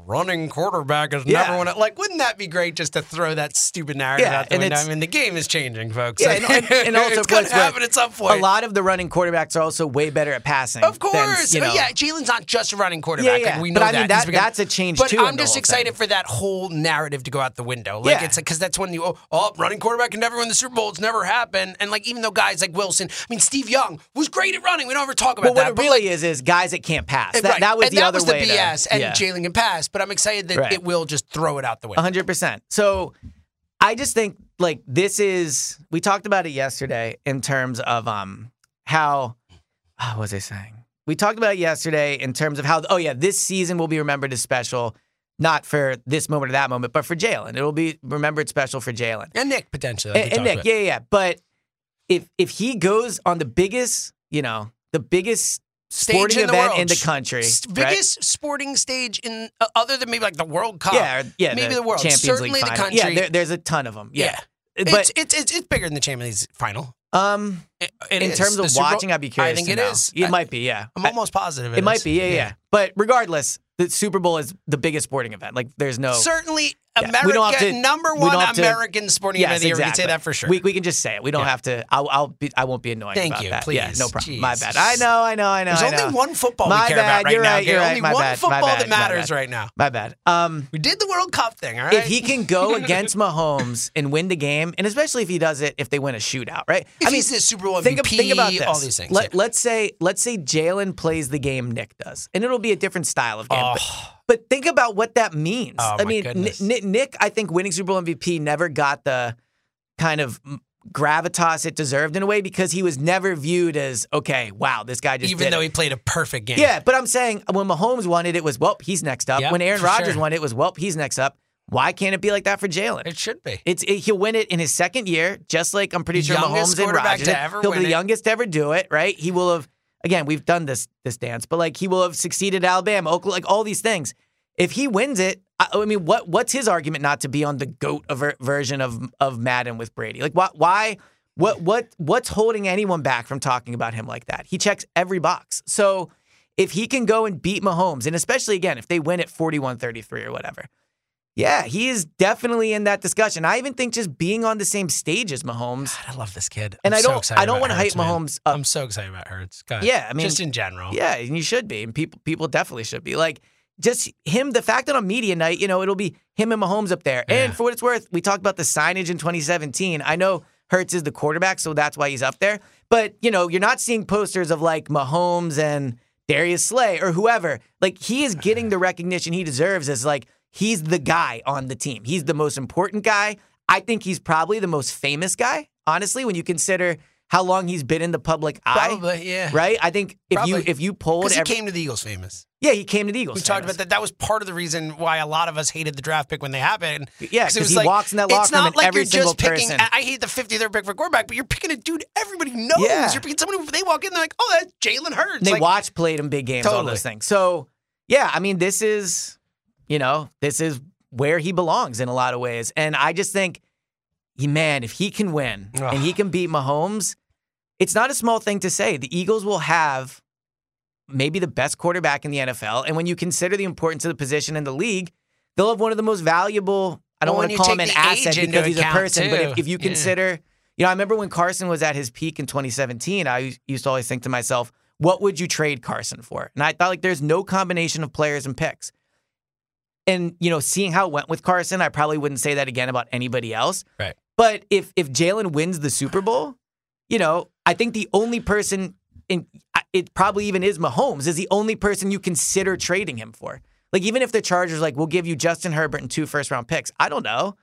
Speaker 2: running quarterback is
Speaker 3: Yeah.
Speaker 2: never one. Like, wouldn't that be great just to throw that stupid narrative
Speaker 3: Yeah,
Speaker 2: out the
Speaker 3: and
Speaker 2: window? I
Speaker 3: it's-
Speaker 2: mean, the game is changing, folks.
Speaker 3: Yeah, and, and, and also
Speaker 2: *laughs* it's going
Speaker 3: plus,
Speaker 2: to happen
Speaker 3: like,
Speaker 2: at some point.
Speaker 3: A lot of the running quarterbacks are also way better at passing.
Speaker 2: Of
Speaker 3: than,
Speaker 2: course,
Speaker 3: you know,
Speaker 2: Oh, yeah. Jalen's not just a running quarterback,
Speaker 3: yeah.
Speaker 2: and we know
Speaker 3: But I mean,
Speaker 2: that. He's
Speaker 3: that- that's a change,
Speaker 2: But
Speaker 3: too, in
Speaker 2: I'm
Speaker 3: the
Speaker 2: just
Speaker 3: whole
Speaker 2: excited
Speaker 3: thing.
Speaker 2: for that whole narrative to go out the window. Like
Speaker 3: Yeah.
Speaker 2: it's because that's when you oh, oh, running quarterback can never win the Super Bowl. It's never happened. And like even though guys like Wilson, I mean Steve Young was great at running. We don't ever talk about
Speaker 3: Well, what
Speaker 2: that.
Speaker 3: it
Speaker 2: but,
Speaker 3: really
Speaker 2: like,
Speaker 3: is is guys that can't pass. That,
Speaker 2: right.
Speaker 3: that was
Speaker 2: and
Speaker 3: the
Speaker 2: that
Speaker 3: other
Speaker 2: was the
Speaker 3: way. to-
Speaker 2: BS, and
Speaker 3: yeah.
Speaker 2: Jalen can pass. But I'm excited that
Speaker 3: Right.
Speaker 2: it will just throw it out the window.
Speaker 3: hundred percent. So I just think like this is we talked about it yesterday in terms of um how oh, what was I saying? We talked about it yesterday in terms of how oh yeah, this season will be remembered as special, not for this moment or that moment, but for Jalen. It'll be remembered special for Jalen.
Speaker 2: And Nick potentially. like
Speaker 3: Uh-huh. And,
Speaker 2: we
Speaker 3: and
Speaker 2: talked
Speaker 3: Nick,
Speaker 2: about.
Speaker 3: yeah, yeah, yeah. But if if he goes on the biggest, you know, the biggest
Speaker 2: Stage
Speaker 3: sporting
Speaker 2: in the
Speaker 3: event
Speaker 2: world.
Speaker 3: in the country,
Speaker 2: S-
Speaker 3: right?
Speaker 2: biggest sporting stage in uh, other than maybe like the World Cup.
Speaker 3: yeah, or- yeah,
Speaker 2: maybe the, world,
Speaker 3: Champions
Speaker 2: certainly
Speaker 3: League
Speaker 2: the
Speaker 3: final.
Speaker 2: country.
Speaker 3: Yeah, there, there's a ton of them. Yeah, but
Speaker 2: it's, it's it's it's bigger than the Champions League final.
Speaker 3: um,
Speaker 2: It- it
Speaker 3: in
Speaker 2: is.
Speaker 3: terms
Speaker 2: The
Speaker 3: of
Speaker 2: Super Bowl-
Speaker 3: watching, I'd be curious.
Speaker 2: I think
Speaker 3: to
Speaker 2: it
Speaker 3: know.
Speaker 2: is.
Speaker 3: It
Speaker 2: I-
Speaker 3: might be, yeah.
Speaker 2: I'm almost positive.
Speaker 3: it, might
Speaker 2: is.
Speaker 3: be, yeah, yeah, yeah. But regardless, the Super Bowl is the biggest sporting event. Like, there's no.
Speaker 2: Certainly,
Speaker 3: Yeah.
Speaker 2: America,
Speaker 3: We don't have to-
Speaker 2: number
Speaker 3: we
Speaker 2: one
Speaker 3: don't have to-
Speaker 2: American sporting event
Speaker 3: Yes,
Speaker 2: of the year.
Speaker 3: exactly.
Speaker 2: We can say that for sure.
Speaker 3: We, we can just say it. We don't have to. I'll, I'll be. I won't be annoying.
Speaker 2: Thank
Speaker 3: about
Speaker 2: you,
Speaker 3: That. Yeah,
Speaker 2: please.
Speaker 3: no problem. My
Speaker 2: Jeez.
Speaker 3: bad. I know. I know. I know.
Speaker 2: There's
Speaker 3: I
Speaker 2: only
Speaker 3: know.
Speaker 2: one football
Speaker 3: My
Speaker 2: we care
Speaker 3: bad.
Speaker 2: about right
Speaker 3: you're
Speaker 2: now.
Speaker 3: right. You're
Speaker 2: okay?
Speaker 3: right.
Speaker 2: Only
Speaker 3: My
Speaker 2: one
Speaker 3: bad. My
Speaker 2: football
Speaker 3: bad.
Speaker 2: that
Speaker 3: My
Speaker 2: matters
Speaker 3: bad.
Speaker 2: right now.
Speaker 3: My bad. Um,
Speaker 2: We did the World Cup thing, all right?
Speaker 3: if he can go against Mahomes and win the game, and especially if he does it, if they win a shootout, right?
Speaker 2: If he's the Super Bowl
Speaker 3: think, ab-
Speaker 2: MVP,
Speaker 3: think about this.
Speaker 2: all these things,
Speaker 3: Let,
Speaker 2: yeah.
Speaker 3: us say, let's say Jalen plays the game Nick does, and it'll be a different style of game. but- But, think about what that means.
Speaker 2: Oh, my
Speaker 3: I mean, Ni-
Speaker 2: goodness.
Speaker 3: Ni- Nick, I think winning Super Bowl MVP never got the kind of mm, gravitas it deserved in a way because he was never viewed as okay, wow, this guy just
Speaker 2: even
Speaker 3: did
Speaker 2: though
Speaker 3: it.
Speaker 2: he played a perfect game.
Speaker 3: *laughs* Yeah, but I'm saying when Mahomes won it, it was well, he's next up.
Speaker 2: Yep,
Speaker 3: when Aaron
Speaker 2: for
Speaker 3: Rodgers
Speaker 2: sure.
Speaker 3: won it, it was well, he's next up. Why can't it be like that for Jalen?
Speaker 2: it should be.
Speaker 3: It's it, he'll win it in his second year, just like I'm pretty sure
Speaker 2: Youngest
Speaker 3: Mahomes and
Speaker 2: quarterback
Speaker 3: Rodgers.
Speaker 2: to ever
Speaker 3: he'll
Speaker 2: win
Speaker 3: be the
Speaker 2: it.
Speaker 3: youngest to ever do it, right? He will have again. We've done this this dance, but like he will have succeeded Alabama, Oklahoma, like all these things. If he wins it, I, I mean, what what's his argument not to be on the goat aver- version of of Madden with Brady? Like why why what what what's holding anyone back from talking about him like that? He checks every box, so. If he can go and beat Mahomes, and especially again, if they win at 41 33 or whatever, yeah, he is definitely in that discussion. I even think just being on the same stage as Mahomes.
Speaker 2: God, I love this kid.
Speaker 3: And
Speaker 2: I'm
Speaker 3: I
Speaker 2: so
Speaker 3: don't-
Speaker 2: excited
Speaker 3: I don't
Speaker 2: about
Speaker 3: wanna hype
Speaker 2: Hurts, man.
Speaker 3: Mahomes up.
Speaker 2: I'm so excited about Hurts. Go ahead.
Speaker 3: Yeah, I mean-
Speaker 2: just in general.
Speaker 3: Yeah, and you should be, and people people definitely should be. Like just him, the fact that on media night, you know, it'll be him and Mahomes up there. And
Speaker 2: Yeah.
Speaker 3: for what it's worth, we talked about the signage in 2017. I know Hertz is the quarterback, so that's why he's up there. But, you know, you're not seeing posters of like Mahomes and Darius Slay or whoever. Like, he is
Speaker 2: *sighs*
Speaker 3: getting the recognition he deserves as like, he's the guy on the team. He's the most important guy. I think he's probably the most famous guy, honestly, when you consider how long he's been in the public eye.
Speaker 2: Probably, *laughs* yeah.
Speaker 3: Right? I think if you
Speaker 2: Probably.
Speaker 3: if you polled
Speaker 2: Because he
Speaker 3: every-
Speaker 2: came to the Eagles famous.
Speaker 3: yeah, he came to the Eagles.
Speaker 2: We talked about that. That was part of the reason why a lot of us hated the draft pick when they happened.
Speaker 3: Yeah, 'cause
Speaker 2: it was
Speaker 3: he walks in that locker
Speaker 2: it's
Speaker 3: room
Speaker 2: not
Speaker 3: and
Speaker 2: like
Speaker 3: every
Speaker 2: you're
Speaker 3: single
Speaker 2: just picking.
Speaker 3: person-
Speaker 2: I I hate the 53rd pick for quarterback, but you're picking a dude everybody knows.
Speaker 3: Yeah.
Speaker 2: You're picking someone who they walk in, they're like, oh, that's Jalen Hurts.
Speaker 3: And they
Speaker 2: like,
Speaker 3: watch played in big games, all
Speaker 2: Totally.
Speaker 3: those things. So yeah, I mean, this is you know, this is where he belongs in a lot of ways. And I just think, he- man, if he can win
Speaker 2: Ugh.
Speaker 3: and he can beat Mahomes, it's not a small thing to say. The Eagles will have maybe the best quarterback in the NFL. And when you consider the importance of the position in the league, they'll have one of the most valuable. I don't
Speaker 2: Well, when
Speaker 3: want to
Speaker 2: you
Speaker 3: call
Speaker 2: take
Speaker 3: him an
Speaker 2: the
Speaker 3: asset
Speaker 2: age into
Speaker 3: because he's a
Speaker 2: account,
Speaker 3: person, but if,
Speaker 2: too.
Speaker 3: if you
Speaker 2: Yeah.
Speaker 3: consider, you know, I remember when Carson was at his peak in 2017, I us- used to always think to myself, what would you trade Carson for? And I thought, like, there's no combination of players and picks. And, you know, seeing how it went with Carson, I probably wouldn't say that again about anybody else.
Speaker 2: Right.
Speaker 3: But if if Jalen wins the Super Bowl, you know, I think the only person in I- it probably even is Mahomes is the only person you consider trading him for. Like even if the Chargers like we'll give you Justin Herbert and two first round picks, I don't know.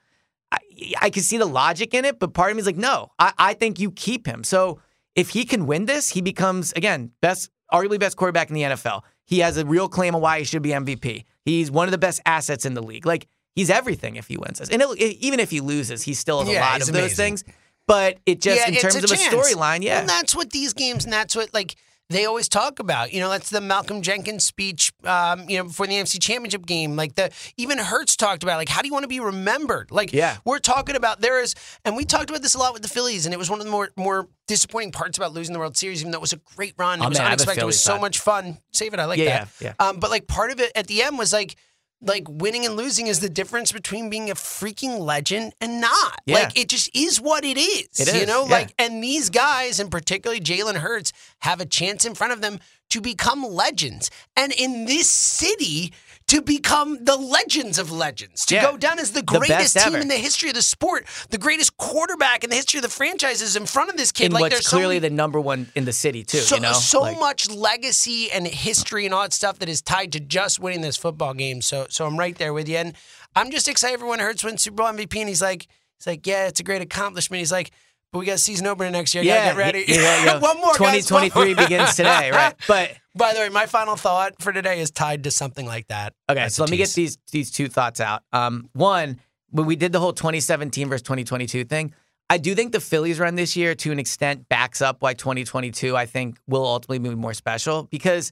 Speaker 3: I I can see the logic in it, but part of me is like, no, I, I think you keep him. So if he can win this, he becomes again best, arguably best quarterback in the NFL. He has a real claim on why he should be MVP. He's one of the best assets in the league. Like he's everything if he wins this, and it'll- i- even if he loses, he still has a
Speaker 2: Yeah,
Speaker 3: lot of
Speaker 2: he's
Speaker 3: those
Speaker 2: amazing.
Speaker 3: things. But it just in
Speaker 2: it's
Speaker 3: terms of a
Speaker 2: chance.
Speaker 3: storyline, yeah,
Speaker 2: And that's what these games, and that's what like they always talk about. You know, that's the Malcolm Jenkins speech. Um, you know, before the AFC Championship game, like the even Hertz talked about, like how do you want to be remembered? Like,
Speaker 3: Yeah.
Speaker 2: we're talking about there is, and we talked about this a lot with the Phillies, and it was one of the more more disappointing parts about losing the World Series, even though it was a great run. It
Speaker 3: Oh,
Speaker 2: was
Speaker 3: man, I'm a
Speaker 2: unexpected. It was
Speaker 3: Phillies
Speaker 2: so
Speaker 3: fan.
Speaker 2: much fun. Save it. I like
Speaker 3: Yeah,
Speaker 2: that.
Speaker 3: yeah,
Speaker 2: Um, but like part of it at the end was like. Like winning and losing is the difference between being a freaking legend and not.
Speaker 3: Yeah.
Speaker 2: Like it just is what it is.
Speaker 3: It
Speaker 2: you
Speaker 3: is,
Speaker 2: know,
Speaker 3: yeah.
Speaker 2: like and these guys, and particularly Jalen Hurts, have a chance in front of them to become legends. And in this city, to become the legends of legends, to
Speaker 3: Yeah.
Speaker 2: go down as the
Speaker 3: The best
Speaker 2: greatest team
Speaker 3: ever.
Speaker 2: in the history of the sport, the greatest quarterback in the history of the franchise is in front of this kid.
Speaker 3: in
Speaker 2: like
Speaker 3: what's
Speaker 2: there's so
Speaker 3: clearly
Speaker 2: many-
Speaker 3: the number one in the city too.
Speaker 2: so,
Speaker 3: you know,
Speaker 2: so
Speaker 3: Like,
Speaker 2: much legacy and history and all that stuff that is tied to just winning this football game. So, so I'm right there with you, and I'm just excited for when Hurts wins Super Bowl MVP. And he's like, he's like, yeah, it's a great accomplishment. He's like, but we got season opener next year. I gotta
Speaker 3: Yeah,
Speaker 2: get ready.
Speaker 3: y-
Speaker 2: *laughs*
Speaker 3: yeah, yeah.
Speaker 2: one more. guys, one
Speaker 3: 2023
Speaker 2: more. *laughs*
Speaker 3: begins today, right? But
Speaker 2: By the way, my final thought for today is tied to something like that.
Speaker 3: Okay,
Speaker 2: That's
Speaker 3: so
Speaker 2: a
Speaker 3: let me get
Speaker 2: tease.
Speaker 3: these these two thoughts out. Um, one, when we did the whole 2017 versus 2022 thing, I do think the Phillies run this year to an extent backs up why 2022 I think will ultimately be more special because,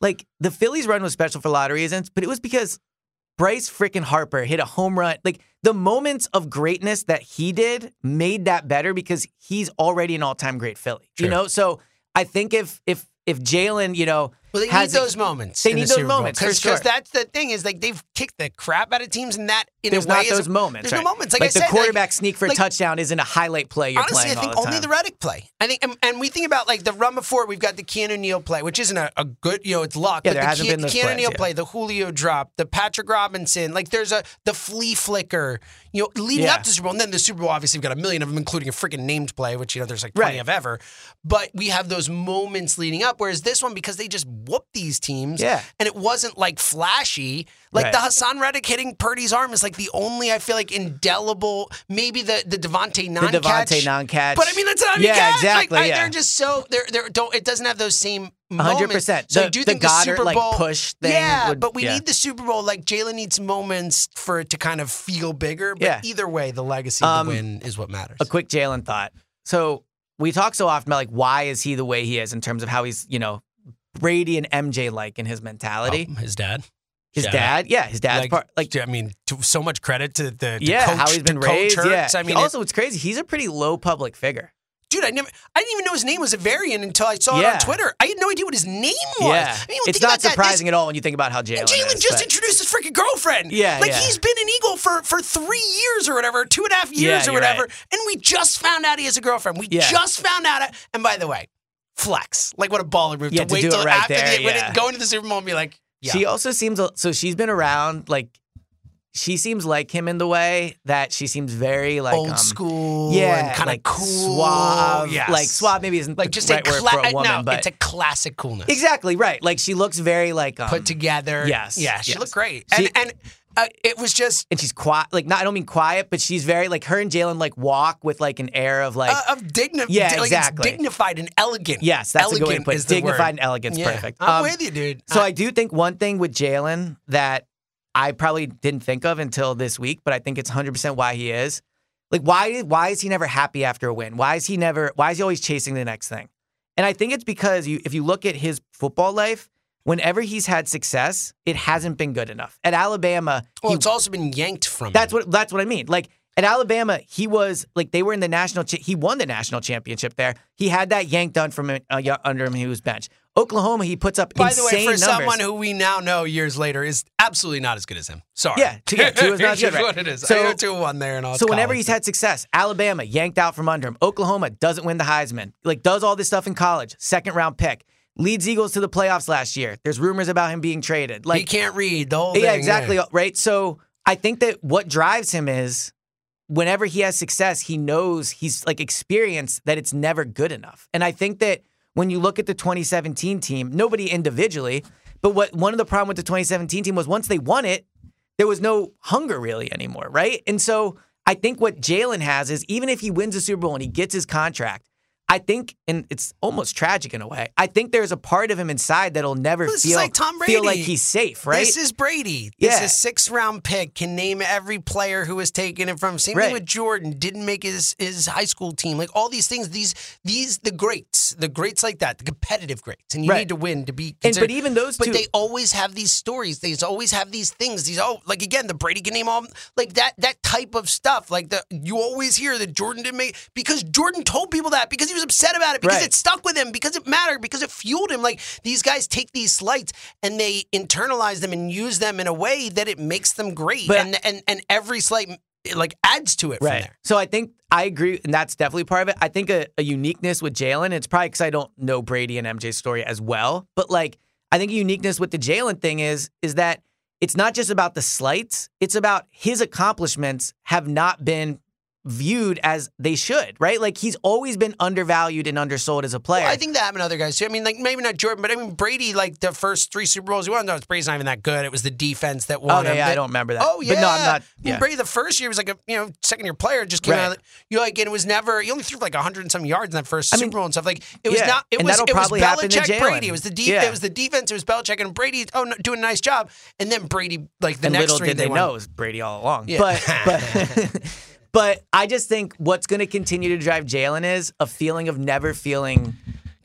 Speaker 3: like, the Phillies run was special for a lot of reasons, but it was because Bryce freaking Harper hit a home run. Like the moments of greatness that he did made that better because he's already an all time great Philly. You know, so I think if if if Jalen, you know,
Speaker 2: Well, they
Speaker 3: has
Speaker 2: need
Speaker 3: a-
Speaker 2: those moments.
Speaker 3: They
Speaker 2: in
Speaker 3: need
Speaker 2: the
Speaker 3: those
Speaker 2: Super Bowl,
Speaker 3: moments, for
Speaker 2: Cause,
Speaker 3: sure.
Speaker 2: 'cause that's the thing is like they've kicked the crap out of teams, and that in
Speaker 3: there's
Speaker 2: a way
Speaker 3: not
Speaker 2: is
Speaker 3: those moments.
Speaker 2: There's
Speaker 3: right?
Speaker 2: no moments. Like,
Speaker 3: like
Speaker 2: I said,
Speaker 3: the quarterback
Speaker 2: like,
Speaker 3: sneak for a
Speaker 2: like,
Speaker 3: touchdown isn't a highlight play you're
Speaker 2: Honestly,
Speaker 3: playing
Speaker 2: I think
Speaker 3: all the
Speaker 2: only
Speaker 3: time.
Speaker 2: the Reddick play. I think, and, and we think about like the run before. We've got the Keanu Neal play, which isn't a, a good, you know, it's luck.
Speaker 3: Yeah,
Speaker 2: but
Speaker 3: there
Speaker 2: the
Speaker 3: hasn't been
Speaker 2: the
Speaker 3: those
Speaker 2: Keanu
Speaker 3: plays,
Speaker 2: Neal
Speaker 3: yeah.
Speaker 2: play, the Julio drop, the Patrick Robinson. Like there's a the flea flicker, you know, leading
Speaker 3: Yeah.
Speaker 2: up to Super Bowl, and then the Super Bowl. Obviously, we've got a million of them, including a freaking named play, which you know there's like plenty
Speaker 3: Right.
Speaker 2: of ever. But we have those moments leading up. Whereas this one, because they just whooped these teams,
Speaker 3: Yeah.
Speaker 2: and it wasn't like flashy. Like
Speaker 3: Right.
Speaker 2: the Hassan Reddick hitting Purdy's arm is like the only I feel like indelible. Maybe the the Devontae non
Speaker 3: the Devontae non-catch.
Speaker 2: but I mean, that's not
Speaker 3: Yeah,
Speaker 2: a catch.
Speaker 3: exactly,
Speaker 2: Like, I,
Speaker 3: yeah.
Speaker 2: They're just so they're they're don't. It doesn't have those same. moments.
Speaker 3: 100%.
Speaker 2: So I
Speaker 3: The-
Speaker 2: do
Speaker 3: the
Speaker 2: think
Speaker 3: Goddard,
Speaker 2: the Super
Speaker 3: like,
Speaker 2: Bowl
Speaker 3: push thing
Speaker 2: Yeah,
Speaker 3: would-
Speaker 2: but we
Speaker 3: yeah.
Speaker 2: need the Super Bowl. Like Jalen needs moments for it to kind of feel bigger. But
Speaker 3: Yeah.
Speaker 2: either way, the legacy of
Speaker 3: Um,
Speaker 2: the win is what matters.
Speaker 3: A quick Jalen thought. So we talk so often about like why is he the way he is in terms of how he's you know Brady and MJ like in his mentality.
Speaker 2: Oh, his dad.
Speaker 3: his
Speaker 2: shout
Speaker 3: dad, yeah, his dad's
Speaker 2: like,
Speaker 3: part like
Speaker 2: I mean, to, so much credit to the, the
Speaker 3: yeah
Speaker 2: coach,
Speaker 3: how he's been
Speaker 2: to coach
Speaker 3: raised. Yeah,
Speaker 2: Hurts. I mean, it-
Speaker 3: also it's crazy. He's a pretty low public figure.
Speaker 2: dude, I never, I didn't even know his name was a variant until I saw it
Speaker 3: Yeah.
Speaker 2: on Twitter. I had no idea what his name was.
Speaker 3: Yeah,
Speaker 2: I mean, think
Speaker 3: it's not
Speaker 2: about that. This-
Speaker 3: surprising at all when you think about how Jalen.
Speaker 2: And Jalen
Speaker 3: is,
Speaker 2: just
Speaker 3: but-
Speaker 2: introduced his freaking girlfriend.
Speaker 3: Yeah,
Speaker 2: like
Speaker 3: yeah.
Speaker 2: he's been an Eagle for for three years or whatever, two and a half
Speaker 3: Yeah,
Speaker 2: years or
Speaker 3: you're
Speaker 2: whatever,
Speaker 3: right.
Speaker 2: and we just found out he has a girlfriend. We
Speaker 3: Yeah.
Speaker 2: just found out. And by the way, flex. Like what a baller move
Speaker 3: Yeah,
Speaker 2: to
Speaker 3: to
Speaker 2: wait
Speaker 3: do it
Speaker 2: till
Speaker 3: right
Speaker 2: after
Speaker 3: there,
Speaker 2: the when it-
Speaker 3: yeah.
Speaker 2: go into the Super Bowl and be like.
Speaker 3: She also seems so she's been around like she seems like him in the way that she seems very like
Speaker 2: old
Speaker 3: um,
Speaker 2: school,
Speaker 3: yeah,
Speaker 2: and kind of
Speaker 3: like
Speaker 2: cool,
Speaker 3: suave,
Speaker 2: Yes.
Speaker 3: like suave maybe isn't
Speaker 2: like just
Speaker 3: the right
Speaker 2: a,
Speaker 3: word
Speaker 2: cla-
Speaker 3: for a woman,
Speaker 2: no,
Speaker 3: but
Speaker 2: it's a classic coolness.
Speaker 3: exactly right. Like she looks very like um,
Speaker 2: Put together.
Speaker 3: Yes,
Speaker 2: yeah, she
Speaker 3: yes.
Speaker 2: looked great,
Speaker 3: She-
Speaker 2: and and uh, it was just
Speaker 3: and she's quiet. Like not, I don't mean quiet, but she's very like her and Jalen like walk with like an air of like.
Speaker 2: uh, of dignified.
Speaker 3: Yeah,
Speaker 2: like
Speaker 3: exactly.
Speaker 2: It's dignified and elegant.
Speaker 3: Yes, that's a
Speaker 2: elegant
Speaker 3: good way to put
Speaker 2: is
Speaker 3: it.
Speaker 2: the word.
Speaker 3: Dignified and elegant's
Speaker 2: Yeah.
Speaker 3: perfect.
Speaker 2: I'm
Speaker 3: Um,
Speaker 2: with you, dude. Uh,
Speaker 3: So I do think one thing with Jalen that I probably didn't think of until this week, but I think it's 100% why he is. Like why why is he never happy after a win? Why is he never why is he always chasing the next thing? And I think it's because you if you look at his football life, whenever he's had success, it hasn't been good enough. At Alabama,
Speaker 2: well,
Speaker 3: he
Speaker 2: it's also been yanked from.
Speaker 3: that's
Speaker 2: him.
Speaker 3: what that's what I mean. Like at Alabama, he was like they were in the national. Cha- he won the national championship there. He had that yank done from him, uh, yeah, under him. when He was benched. Oklahoma, he puts up
Speaker 2: By the
Speaker 3: insane
Speaker 2: way, for
Speaker 3: numbers.
Speaker 2: someone who we now know years later is absolutely not as good as him. Sorry.
Speaker 3: Yeah, two-
Speaker 2: *laughs*
Speaker 3: yeah, two is not
Speaker 2: It's
Speaker 3: good,
Speaker 2: just
Speaker 3: right.
Speaker 2: what it is.
Speaker 3: So-
Speaker 2: I know two one there and all.
Speaker 3: so whenever he's had success, Alabama yanked out from under him. Oklahoma doesn't win the Heisman. Like does all this stuff in college. Second round pick leads Eagles to the playoffs last year. There's rumors about him being traded. Like
Speaker 2: he can't read the whole thing.
Speaker 3: yeah, exactly. Right. So I think that what drives him is whenever he has success, he knows he's like experienced that it's never good enough. And I think that when you look at the 2017 team, nobody individually, but what one of the problem with the 2017 team was once they won it, there was no hunger really anymore, right? And so I think what Jalen has is even if he wins the Super Bowl and he gets his contract, I think, and it's almost tragic in a way. I think there's a part of him inside that'll never
Speaker 2: This is
Speaker 3: feel
Speaker 2: like Tom
Speaker 3: feel like
Speaker 2: Brady.
Speaker 3: he's safe, right?
Speaker 2: This is Brady. This
Speaker 3: Yeah.
Speaker 2: is six round pick. Can name every player who was taken it from. Same
Speaker 3: Right.
Speaker 2: thing with Jordan. Didn't make his his high school team. Like all these things. These these the greats. The greats like that. The competitive greats. And you
Speaker 3: Right.
Speaker 2: need to win to be.
Speaker 3: And
Speaker 2: considered-
Speaker 3: but even those
Speaker 2: But
Speaker 3: two,
Speaker 2: they always have these stories. They always have these things. These oh, like again, the Brady can name all like that that type of stuff. Like the you always hear that Jordan didn't make because Jordan told people that because he was upset about it because
Speaker 3: Right.
Speaker 2: it stuck with him because it mattered because it fueled him. Like these guys take these slights and they internalize them and use them in a way that it makes them great.
Speaker 3: But-
Speaker 2: and and and every slight like adds to it from there.
Speaker 3: So I think I agree, and that's definitely part of it. I think a, a uniqueness with Jalen. It's probably because I don't know Brady and MJ's story as well, but like I think a uniqueness with the Jalen thing is is that it's not just about the slights; it's about his accomplishments have not been viewed as they should, right? Like he's always been undervalued and undersold as a player.
Speaker 2: Well, I think that happened to other guys too. I mean, like maybe not Jordan, but I mean Brady. Like the first three Super Bowls he won, no, Brady's not even that good. It was the defense that
Speaker 3: Oh
Speaker 2: won.
Speaker 3: no,
Speaker 2: him.
Speaker 3: yeah, I
Speaker 2: But-
Speaker 3: don't remember that.
Speaker 2: Oh yeah,
Speaker 3: but no, I'm
Speaker 2: I
Speaker 3: not.
Speaker 2: mean,
Speaker 3: Yeah.
Speaker 2: Brady the first year was like a you know second year player just came
Speaker 3: Right.
Speaker 2: out. Of, the- you know, like and it was never. He only threw for like hundred and some yards in that first
Speaker 3: I mean,
Speaker 2: Super Bowl and stuff. Like it was
Speaker 3: yeah,
Speaker 2: not. It
Speaker 3: and
Speaker 2: was
Speaker 3: that'll
Speaker 2: it was
Speaker 3: probably happen to
Speaker 2: Belichick
Speaker 3: Jalen.
Speaker 2: Brady. It was the deep.
Speaker 3: Yeah.
Speaker 2: It was the defense. It was Belichick and Brady. Oh, no, doing a nice job. And then Brady like the
Speaker 3: and
Speaker 2: next
Speaker 3: little
Speaker 2: three
Speaker 3: did they
Speaker 2: won.
Speaker 3: know it was Brady all along.
Speaker 2: Yeah. *laughs*
Speaker 3: But but *laughs* but I just think what's going to continue to drive Jalen is a feeling of never feeling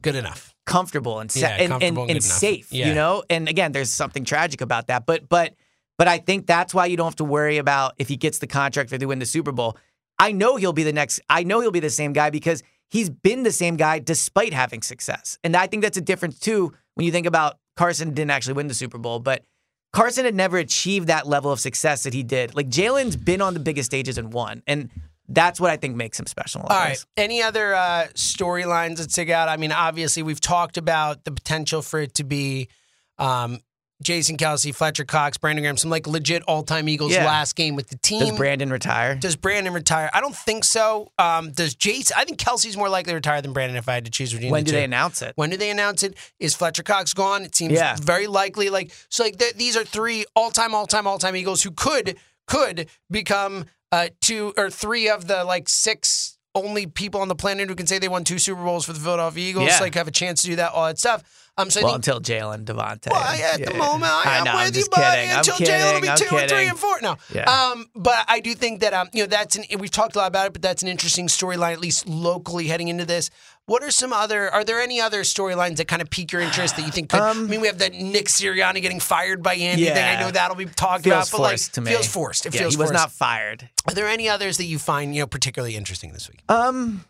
Speaker 2: good enough.
Speaker 3: comfortable and sa-
Speaker 2: Yeah,
Speaker 3: and, and,
Speaker 2: comfortable and
Speaker 3: and
Speaker 2: good enough.
Speaker 3: safe.
Speaker 2: Yeah.
Speaker 3: You know, and again, there's something tragic about that. But but but I think that's why you don't have to worry about if he gets the contract if they win the Super Bowl. I know he'll be the next. I know he'll be the same guy because he's been the same guy despite having success. And I think that's a difference too when you think about Carson didn't actually win the Super Bowl, but Carson had never achieved that level of success that he did. Like Jalen's been on the biggest stages and won, and that's what I think makes him special. in a lot
Speaker 2: All
Speaker 3: of
Speaker 2: right.
Speaker 3: ways.
Speaker 2: Any other uh, storylines that stick out? I mean, obviously, we've talked about the potential for it to be um, Jason Kelsey, Fletcher Cox, Brandon Graham, some like legit all-time Eagles
Speaker 3: Yeah.
Speaker 2: last game with the team.
Speaker 3: Does Brandon retire?
Speaker 2: Does Brandon retire? I don't think so. Um, does Jason? I think Kelsey's more likely to retire than Brandon if I had to choose between
Speaker 3: when
Speaker 2: the
Speaker 3: do
Speaker 2: two.
Speaker 3: they announce it?
Speaker 2: When do they announce it? Is Fletcher Cox gone? It seems
Speaker 3: Yeah.
Speaker 2: very likely. Like so, like th- these are three all-time, all-time, all-time Eagles who could could become uh, two or three of the like six only people on the planet who can say they won two Super Bowls for the Philadelphia Eagles.
Speaker 3: Yeah.
Speaker 2: Like have a chance to do that, all that stuff. Um, so I
Speaker 3: well,
Speaker 2: think.
Speaker 3: until Jalen Devontae.
Speaker 2: Well, I- at the
Speaker 3: Yeah.
Speaker 2: moment, I, am
Speaker 3: know, I'm
Speaker 2: with you,
Speaker 3: just
Speaker 2: buddy.
Speaker 3: kidding. I'm
Speaker 2: Until Jalen will be
Speaker 3: kidding. I'm
Speaker 2: two and three
Speaker 3: kidding.
Speaker 2: and four. No,
Speaker 3: Yeah.
Speaker 2: um, but I do think that um, you know, that's an we've talked a lot about it, but that's an interesting storyline, at least locally heading into this. What are some other? Are there any other storylines that kind of pique your interest that you think? Could, I mean, we have that Nick Sirianni getting fired by Andy thing. I
Speaker 3: Um, Yeah.
Speaker 2: know that'll be talked
Speaker 3: Feels
Speaker 2: about, but
Speaker 3: forced
Speaker 2: like
Speaker 3: to me.
Speaker 2: feels forced. It
Speaker 3: yeah,
Speaker 2: feels
Speaker 3: he was
Speaker 2: forced.
Speaker 3: not fired.
Speaker 2: Are there any others that you find you know particularly interesting this week?
Speaker 3: Um,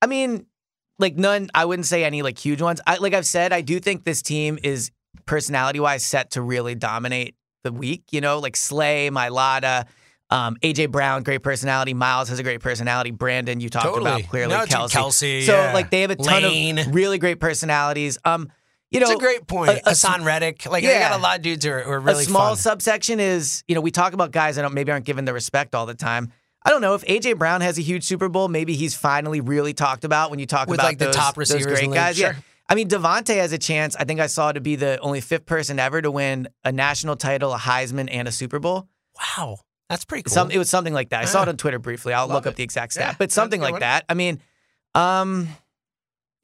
Speaker 3: I mean, like none. I wouldn't say any like huge ones. I like I've said, I do think this team is personality wise set to really dominate the week. You know, like Slay, Mylata, um, AJ Brown, great personality. Miles has a great personality. Brandon, you talked
Speaker 2: Totally.
Speaker 3: about clearly.
Speaker 2: No, dude,
Speaker 3: Kelsey.
Speaker 2: Kelsey,
Speaker 3: So
Speaker 2: yeah.
Speaker 3: like they have a ton
Speaker 2: Lane.
Speaker 3: of really great personalities. Um, you know,
Speaker 2: it's a great point.
Speaker 3: a- a s-
Speaker 2: Hassan Reddick. Like, they
Speaker 3: Yeah.
Speaker 2: got a lot of dudes who are, who are really
Speaker 3: a small
Speaker 2: fun.
Speaker 3: subsection is, you know, we talk about guys that don't, maybe aren't given the respect all the time. I don't know if AJ Brown has a huge Super Bowl. Maybe he's finally really talked about when you talk
Speaker 2: With,
Speaker 3: about
Speaker 2: like, the
Speaker 3: those-
Speaker 2: top
Speaker 3: those
Speaker 2: receivers in
Speaker 3: great
Speaker 2: the league,
Speaker 3: guys.
Speaker 2: sure.
Speaker 3: Yeah, I mean Devonte has a chance. I think I saw to be the only fifth person ever to win a national title, a Heisman, and a Super Bowl.
Speaker 2: wow. That's pretty cool.
Speaker 3: Some, it was something like that. I saw it
Speaker 2: Yeah.
Speaker 3: on Twitter briefly. I'll
Speaker 2: Love
Speaker 3: look up
Speaker 2: it.
Speaker 3: the exact
Speaker 2: Yeah,
Speaker 3: stat,
Speaker 2: that's
Speaker 3: but
Speaker 2: a
Speaker 3: something
Speaker 2: good
Speaker 3: like
Speaker 2: one.
Speaker 3: that. I mean, um,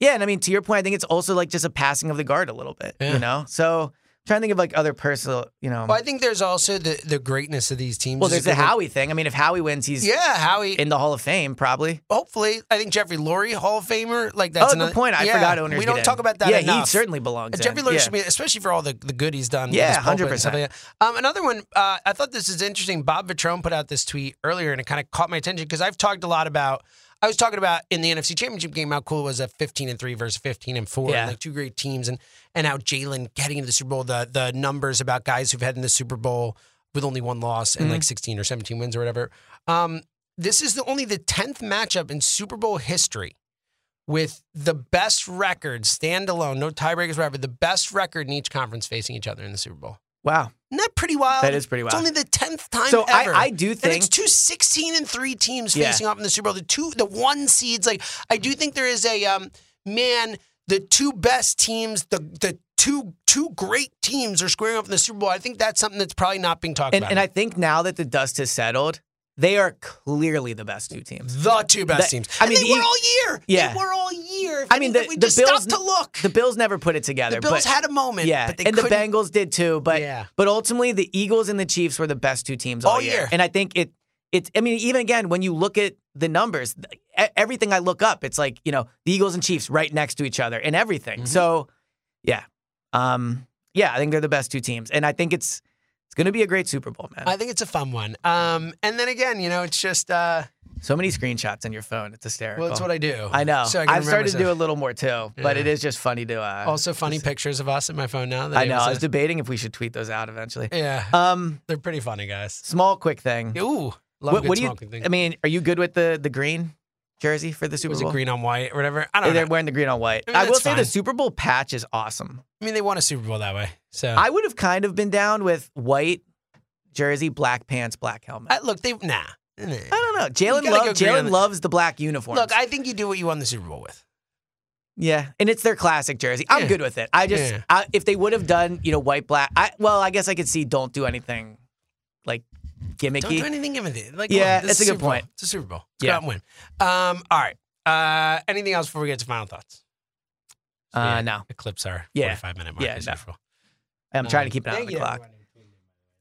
Speaker 3: yeah, and I mean to your point, I think it's also like just a passing of the guard a little bit,
Speaker 2: Yeah.
Speaker 3: you know. So I'm trying to think of like other personal, you know.
Speaker 2: well, I think there's also the, the greatness of these teams.
Speaker 3: well,
Speaker 2: is
Speaker 3: there's
Speaker 2: a
Speaker 3: the
Speaker 2: good one.
Speaker 3: Howie thing. I mean, if Howie wins, he's
Speaker 2: Yeah, Howie.
Speaker 3: in the Hall of Fame probably.
Speaker 2: hopefully, I think Jeffrey Lurie, Hall of Famer. Like that's
Speaker 3: oh,
Speaker 2: another
Speaker 3: good point. I
Speaker 2: yeah,
Speaker 3: forgot owners.
Speaker 2: We
Speaker 3: get
Speaker 2: don't
Speaker 3: in.
Speaker 2: talk about that
Speaker 3: Yeah,
Speaker 2: enough.
Speaker 3: he certainly belongs. in.
Speaker 2: Jeffrey Lurie
Speaker 3: yeah.
Speaker 2: should be, especially for all the, the good he's done. with
Speaker 3: Yeah,
Speaker 2: his pulpit and stuff
Speaker 3: 100%.
Speaker 2: like that. Um, another one. Uh, I thought this is interesting. Bob Vitrone put out this tweet earlier, and it kind of caught my attention because I've talked a lot about. I was talking about in the NFC Championship game how cool it was a 15 and three versus 15 and four,
Speaker 3: Yeah.
Speaker 2: and like two great teams, and and how Jalen getting into the Super Bowl, the the numbers about guys who've had in the Super Bowl with only one loss and
Speaker 3: Mm-hmm.
Speaker 2: like 16 or 17 wins or whatever. Um, this is the only the 10th matchup in Super Bowl history with the best record standalone, no tiebreakers, whatever, the best record in each conference facing each other in the Super Bowl.
Speaker 3: Wow.
Speaker 2: Isn't that pretty wild?
Speaker 3: That is pretty
Speaker 2: It's
Speaker 3: wild.
Speaker 2: only the tenth time
Speaker 3: So I-
Speaker 2: ever.
Speaker 3: I
Speaker 2: and
Speaker 3: do
Speaker 2: it's
Speaker 3: think-
Speaker 2: two 16 and three teams
Speaker 3: Yeah.
Speaker 2: facing off in the Super Bowl. The two, the one seeds. Like I do think there is a um, man. The two best teams, the the two two great teams are squaring off in the Super Bowl. I think that's something that's probably not being talked
Speaker 3: And
Speaker 2: about.
Speaker 3: and I think now that the dust has settled, they are clearly the best two teams.
Speaker 2: the two best
Speaker 3: the-
Speaker 2: teams.
Speaker 3: I
Speaker 2: I mean,
Speaker 3: mean,
Speaker 2: and they
Speaker 3: the
Speaker 2: were
Speaker 3: E-
Speaker 2: all year.
Speaker 3: Yeah.
Speaker 2: they were all year. If
Speaker 3: I mean, the,
Speaker 2: anything, we
Speaker 3: the
Speaker 2: just
Speaker 3: Bills
Speaker 2: stopped to look.
Speaker 3: The Bills never put it together.
Speaker 2: The Bills
Speaker 3: but-
Speaker 2: had a moment,
Speaker 3: Yeah,
Speaker 2: but they
Speaker 3: and the
Speaker 2: couldn't-
Speaker 3: Bengals did too. But
Speaker 2: Yeah.
Speaker 3: but ultimately, the Eagles and the Chiefs were the best two teams all,
Speaker 2: All year.
Speaker 3: And I think it it. I mean, even again, when you look at the numbers, th- e- everything I look up, it's like you know the Eagles and Chiefs right next to each other and everything.
Speaker 2: Mm-hmm.
Speaker 3: So yeah, um, yeah, I think they're the best two teams, and I think it's it's going to be a great Super Bowl, man.
Speaker 2: I think it's a fun one. Um, and then again, you know, it's just uh,
Speaker 3: so many screenshots on your phone. It's hysterical.
Speaker 2: well, it's what I do.
Speaker 3: I know.
Speaker 2: So I can
Speaker 3: I've started to do a
Speaker 2: remember
Speaker 3: little more too, but
Speaker 2: Yeah.
Speaker 3: it is just funny to uh,
Speaker 2: some- Also, funny pictures of us in my phone now. That
Speaker 3: I know. I was
Speaker 2: Ava
Speaker 3: debating if we should tweet those
Speaker 2: *laughs*
Speaker 3: out eventually.
Speaker 2: sent. yeah,
Speaker 3: Um,
Speaker 2: they're pretty funny guys.
Speaker 3: small quick thing.
Speaker 2: Ooh, love
Speaker 3: What,
Speaker 2: good
Speaker 3: what do you?
Speaker 2: smoking thing.
Speaker 3: I mean, are you good with the the green jersey for the Super
Speaker 2: was
Speaker 3: Bowl?
Speaker 2: it green on white or whatever? I don't know.
Speaker 3: They're wearing the green on white.
Speaker 2: I
Speaker 3: I,
Speaker 2: mean,
Speaker 3: will
Speaker 2: that's
Speaker 3: say
Speaker 2: fine.
Speaker 3: the Super Bowl patch is awesome.
Speaker 2: I mean, they won a Super Bowl that way. So
Speaker 3: I would have kind of been down with white jersey, black pants, black helmet.
Speaker 2: I-
Speaker 3: I,
Speaker 2: look, they nah. Nah.
Speaker 3: don't know.
Speaker 2: gotta
Speaker 3: Jalen
Speaker 2: go
Speaker 3: love,
Speaker 2: green on
Speaker 3: Jalen
Speaker 2: the-
Speaker 3: loves the black uniform.
Speaker 2: Look, I think you do what you won the Super Bowl with.
Speaker 3: yeah, and it's their classic jersey. I'm
Speaker 2: Yeah.
Speaker 3: good with it. I just
Speaker 2: Yeah.
Speaker 3: I, if they would have done you know white black. I well, I guess I could see don't do anything like gimmicky.
Speaker 2: Don't do anything with it. Like,
Speaker 3: Yeah,
Speaker 2: look, this
Speaker 3: it's
Speaker 2: is
Speaker 3: a good
Speaker 2: Super Bowl.
Speaker 3: point.
Speaker 2: It's a Super Bowl. Let's
Speaker 3: Yeah.
Speaker 2: go out and win. Um, all right. Uh, anything else before we get to final thoughts?
Speaker 3: Uh, no.
Speaker 2: Eclipse our
Speaker 3: Yeah.
Speaker 2: 45 minute mark.
Speaker 3: Yeah,
Speaker 2: is
Speaker 3: no.
Speaker 2: usual.
Speaker 3: I'm trying to keep an eye
Speaker 2: Thank
Speaker 3: on the
Speaker 2: you,
Speaker 3: clock.
Speaker 2: everyone.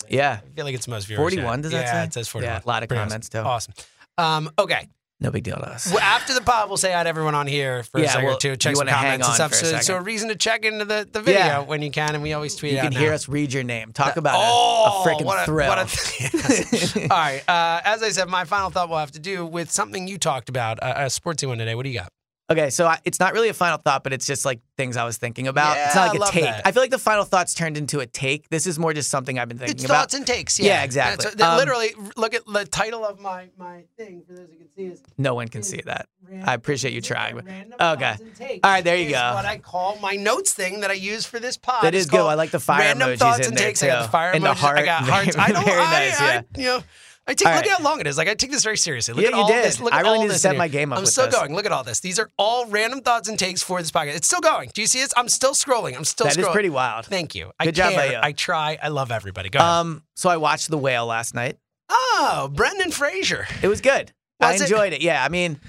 Speaker 3: Yeah.
Speaker 2: I feel like it's the most viewers.
Speaker 3: 41, does that
Speaker 2: yeah,
Speaker 3: say?
Speaker 2: it says 41.
Speaker 3: Yeah, a lot of
Speaker 2: Pretty
Speaker 3: comments,
Speaker 2: awesome.
Speaker 3: too.
Speaker 2: Awesome. Um, okay.
Speaker 3: No big deal to us.
Speaker 2: Well, after the pod, we'll say hi to everyone on here for a
Speaker 3: Yeah,
Speaker 2: second
Speaker 3: well,
Speaker 2: or two.
Speaker 3: you
Speaker 2: Check some
Speaker 3: wanna hang
Speaker 2: comments and
Speaker 3: on
Speaker 2: stuff.
Speaker 3: for a
Speaker 2: So, so a
Speaker 3: second.
Speaker 2: reason to check into the, the video
Speaker 3: Yeah.
Speaker 2: when you can, and we always tweet
Speaker 3: You
Speaker 2: out
Speaker 3: can
Speaker 2: now.
Speaker 3: hear us read your name. Talk about
Speaker 2: oh,
Speaker 3: a, a freaking
Speaker 2: what
Speaker 3: thrill. *laughs*
Speaker 2: What a, *laughs* All right. Uh, as I said, my final thought will have to do with something you talked about, uh, a sportsy one today. What do you got?
Speaker 3: okay, so I, it's not really a final thought, but it's just like things I was thinking about. it's
Speaker 2: Yeah,
Speaker 3: not
Speaker 2: I
Speaker 3: like a
Speaker 2: love
Speaker 3: take.
Speaker 2: that.
Speaker 3: I feel like the final thoughts turned into a take. This is more just something I've been thinking
Speaker 2: It's
Speaker 3: about.
Speaker 2: thoughts and takes. Yeah,
Speaker 3: Yeah, exactly.
Speaker 2: That's- that
Speaker 3: Um,
Speaker 2: literally, look at the title of my, my thing for those who can see is
Speaker 3: no one can see that. I appreciate you trying.
Speaker 2: Random
Speaker 3: Okay.
Speaker 2: thoughts and takes
Speaker 3: All right, there you
Speaker 2: is
Speaker 3: go.
Speaker 2: What I call my notes thing that I use for this pod.
Speaker 3: That
Speaker 2: It's
Speaker 3: is good.
Speaker 2: called
Speaker 3: I like the fire
Speaker 2: random
Speaker 3: emojis
Speaker 2: thoughts
Speaker 3: in
Speaker 2: and
Speaker 3: there,
Speaker 2: takes. I got
Speaker 3: too.
Speaker 2: the fire
Speaker 3: And the
Speaker 2: emojis. I
Speaker 3: heart. *laughs*
Speaker 2: got hearts. I don't.
Speaker 3: Very
Speaker 2: I,
Speaker 3: nice,
Speaker 2: I-
Speaker 3: yeah.
Speaker 2: you know, I take.
Speaker 3: All
Speaker 2: look at
Speaker 3: right.
Speaker 2: how long it is. Like I take this very seriously. Look
Speaker 3: Yeah,
Speaker 2: at
Speaker 3: you
Speaker 2: all
Speaker 3: did.
Speaker 2: this. Look
Speaker 3: I
Speaker 2: at
Speaker 3: really
Speaker 2: all
Speaker 3: need to
Speaker 2: this in
Speaker 3: set
Speaker 2: here.
Speaker 3: my game up
Speaker 2: I'm
Speaker 3: with
Speaker 2: still
Speaker 3: this.
Speaker 2: going. Look at all this. These are all random thoughts and takes for this podcast. It's still going. Do you see this? I'm still scrolling. I'm still.
Speaker 3: That
Speaker 2: scrolling.
Speaker 3: is pretty wild.
Speaker 2: Thank you. I
Speaker 3: Good job
Speaker 2: care.
Speaker 3: by you.
Speaker 2: I try. I love everybody. Go. ahead.
Speaker 3: Um, so I watched The Whale last night.
Speaker 2: oh, Brendan Fraser.
Speaker 3: It was good.
Speaker 2: Was
Speaker 3: I
Speaker 2: it?
Speaker 3: enjoyed it? Yeah, I mean,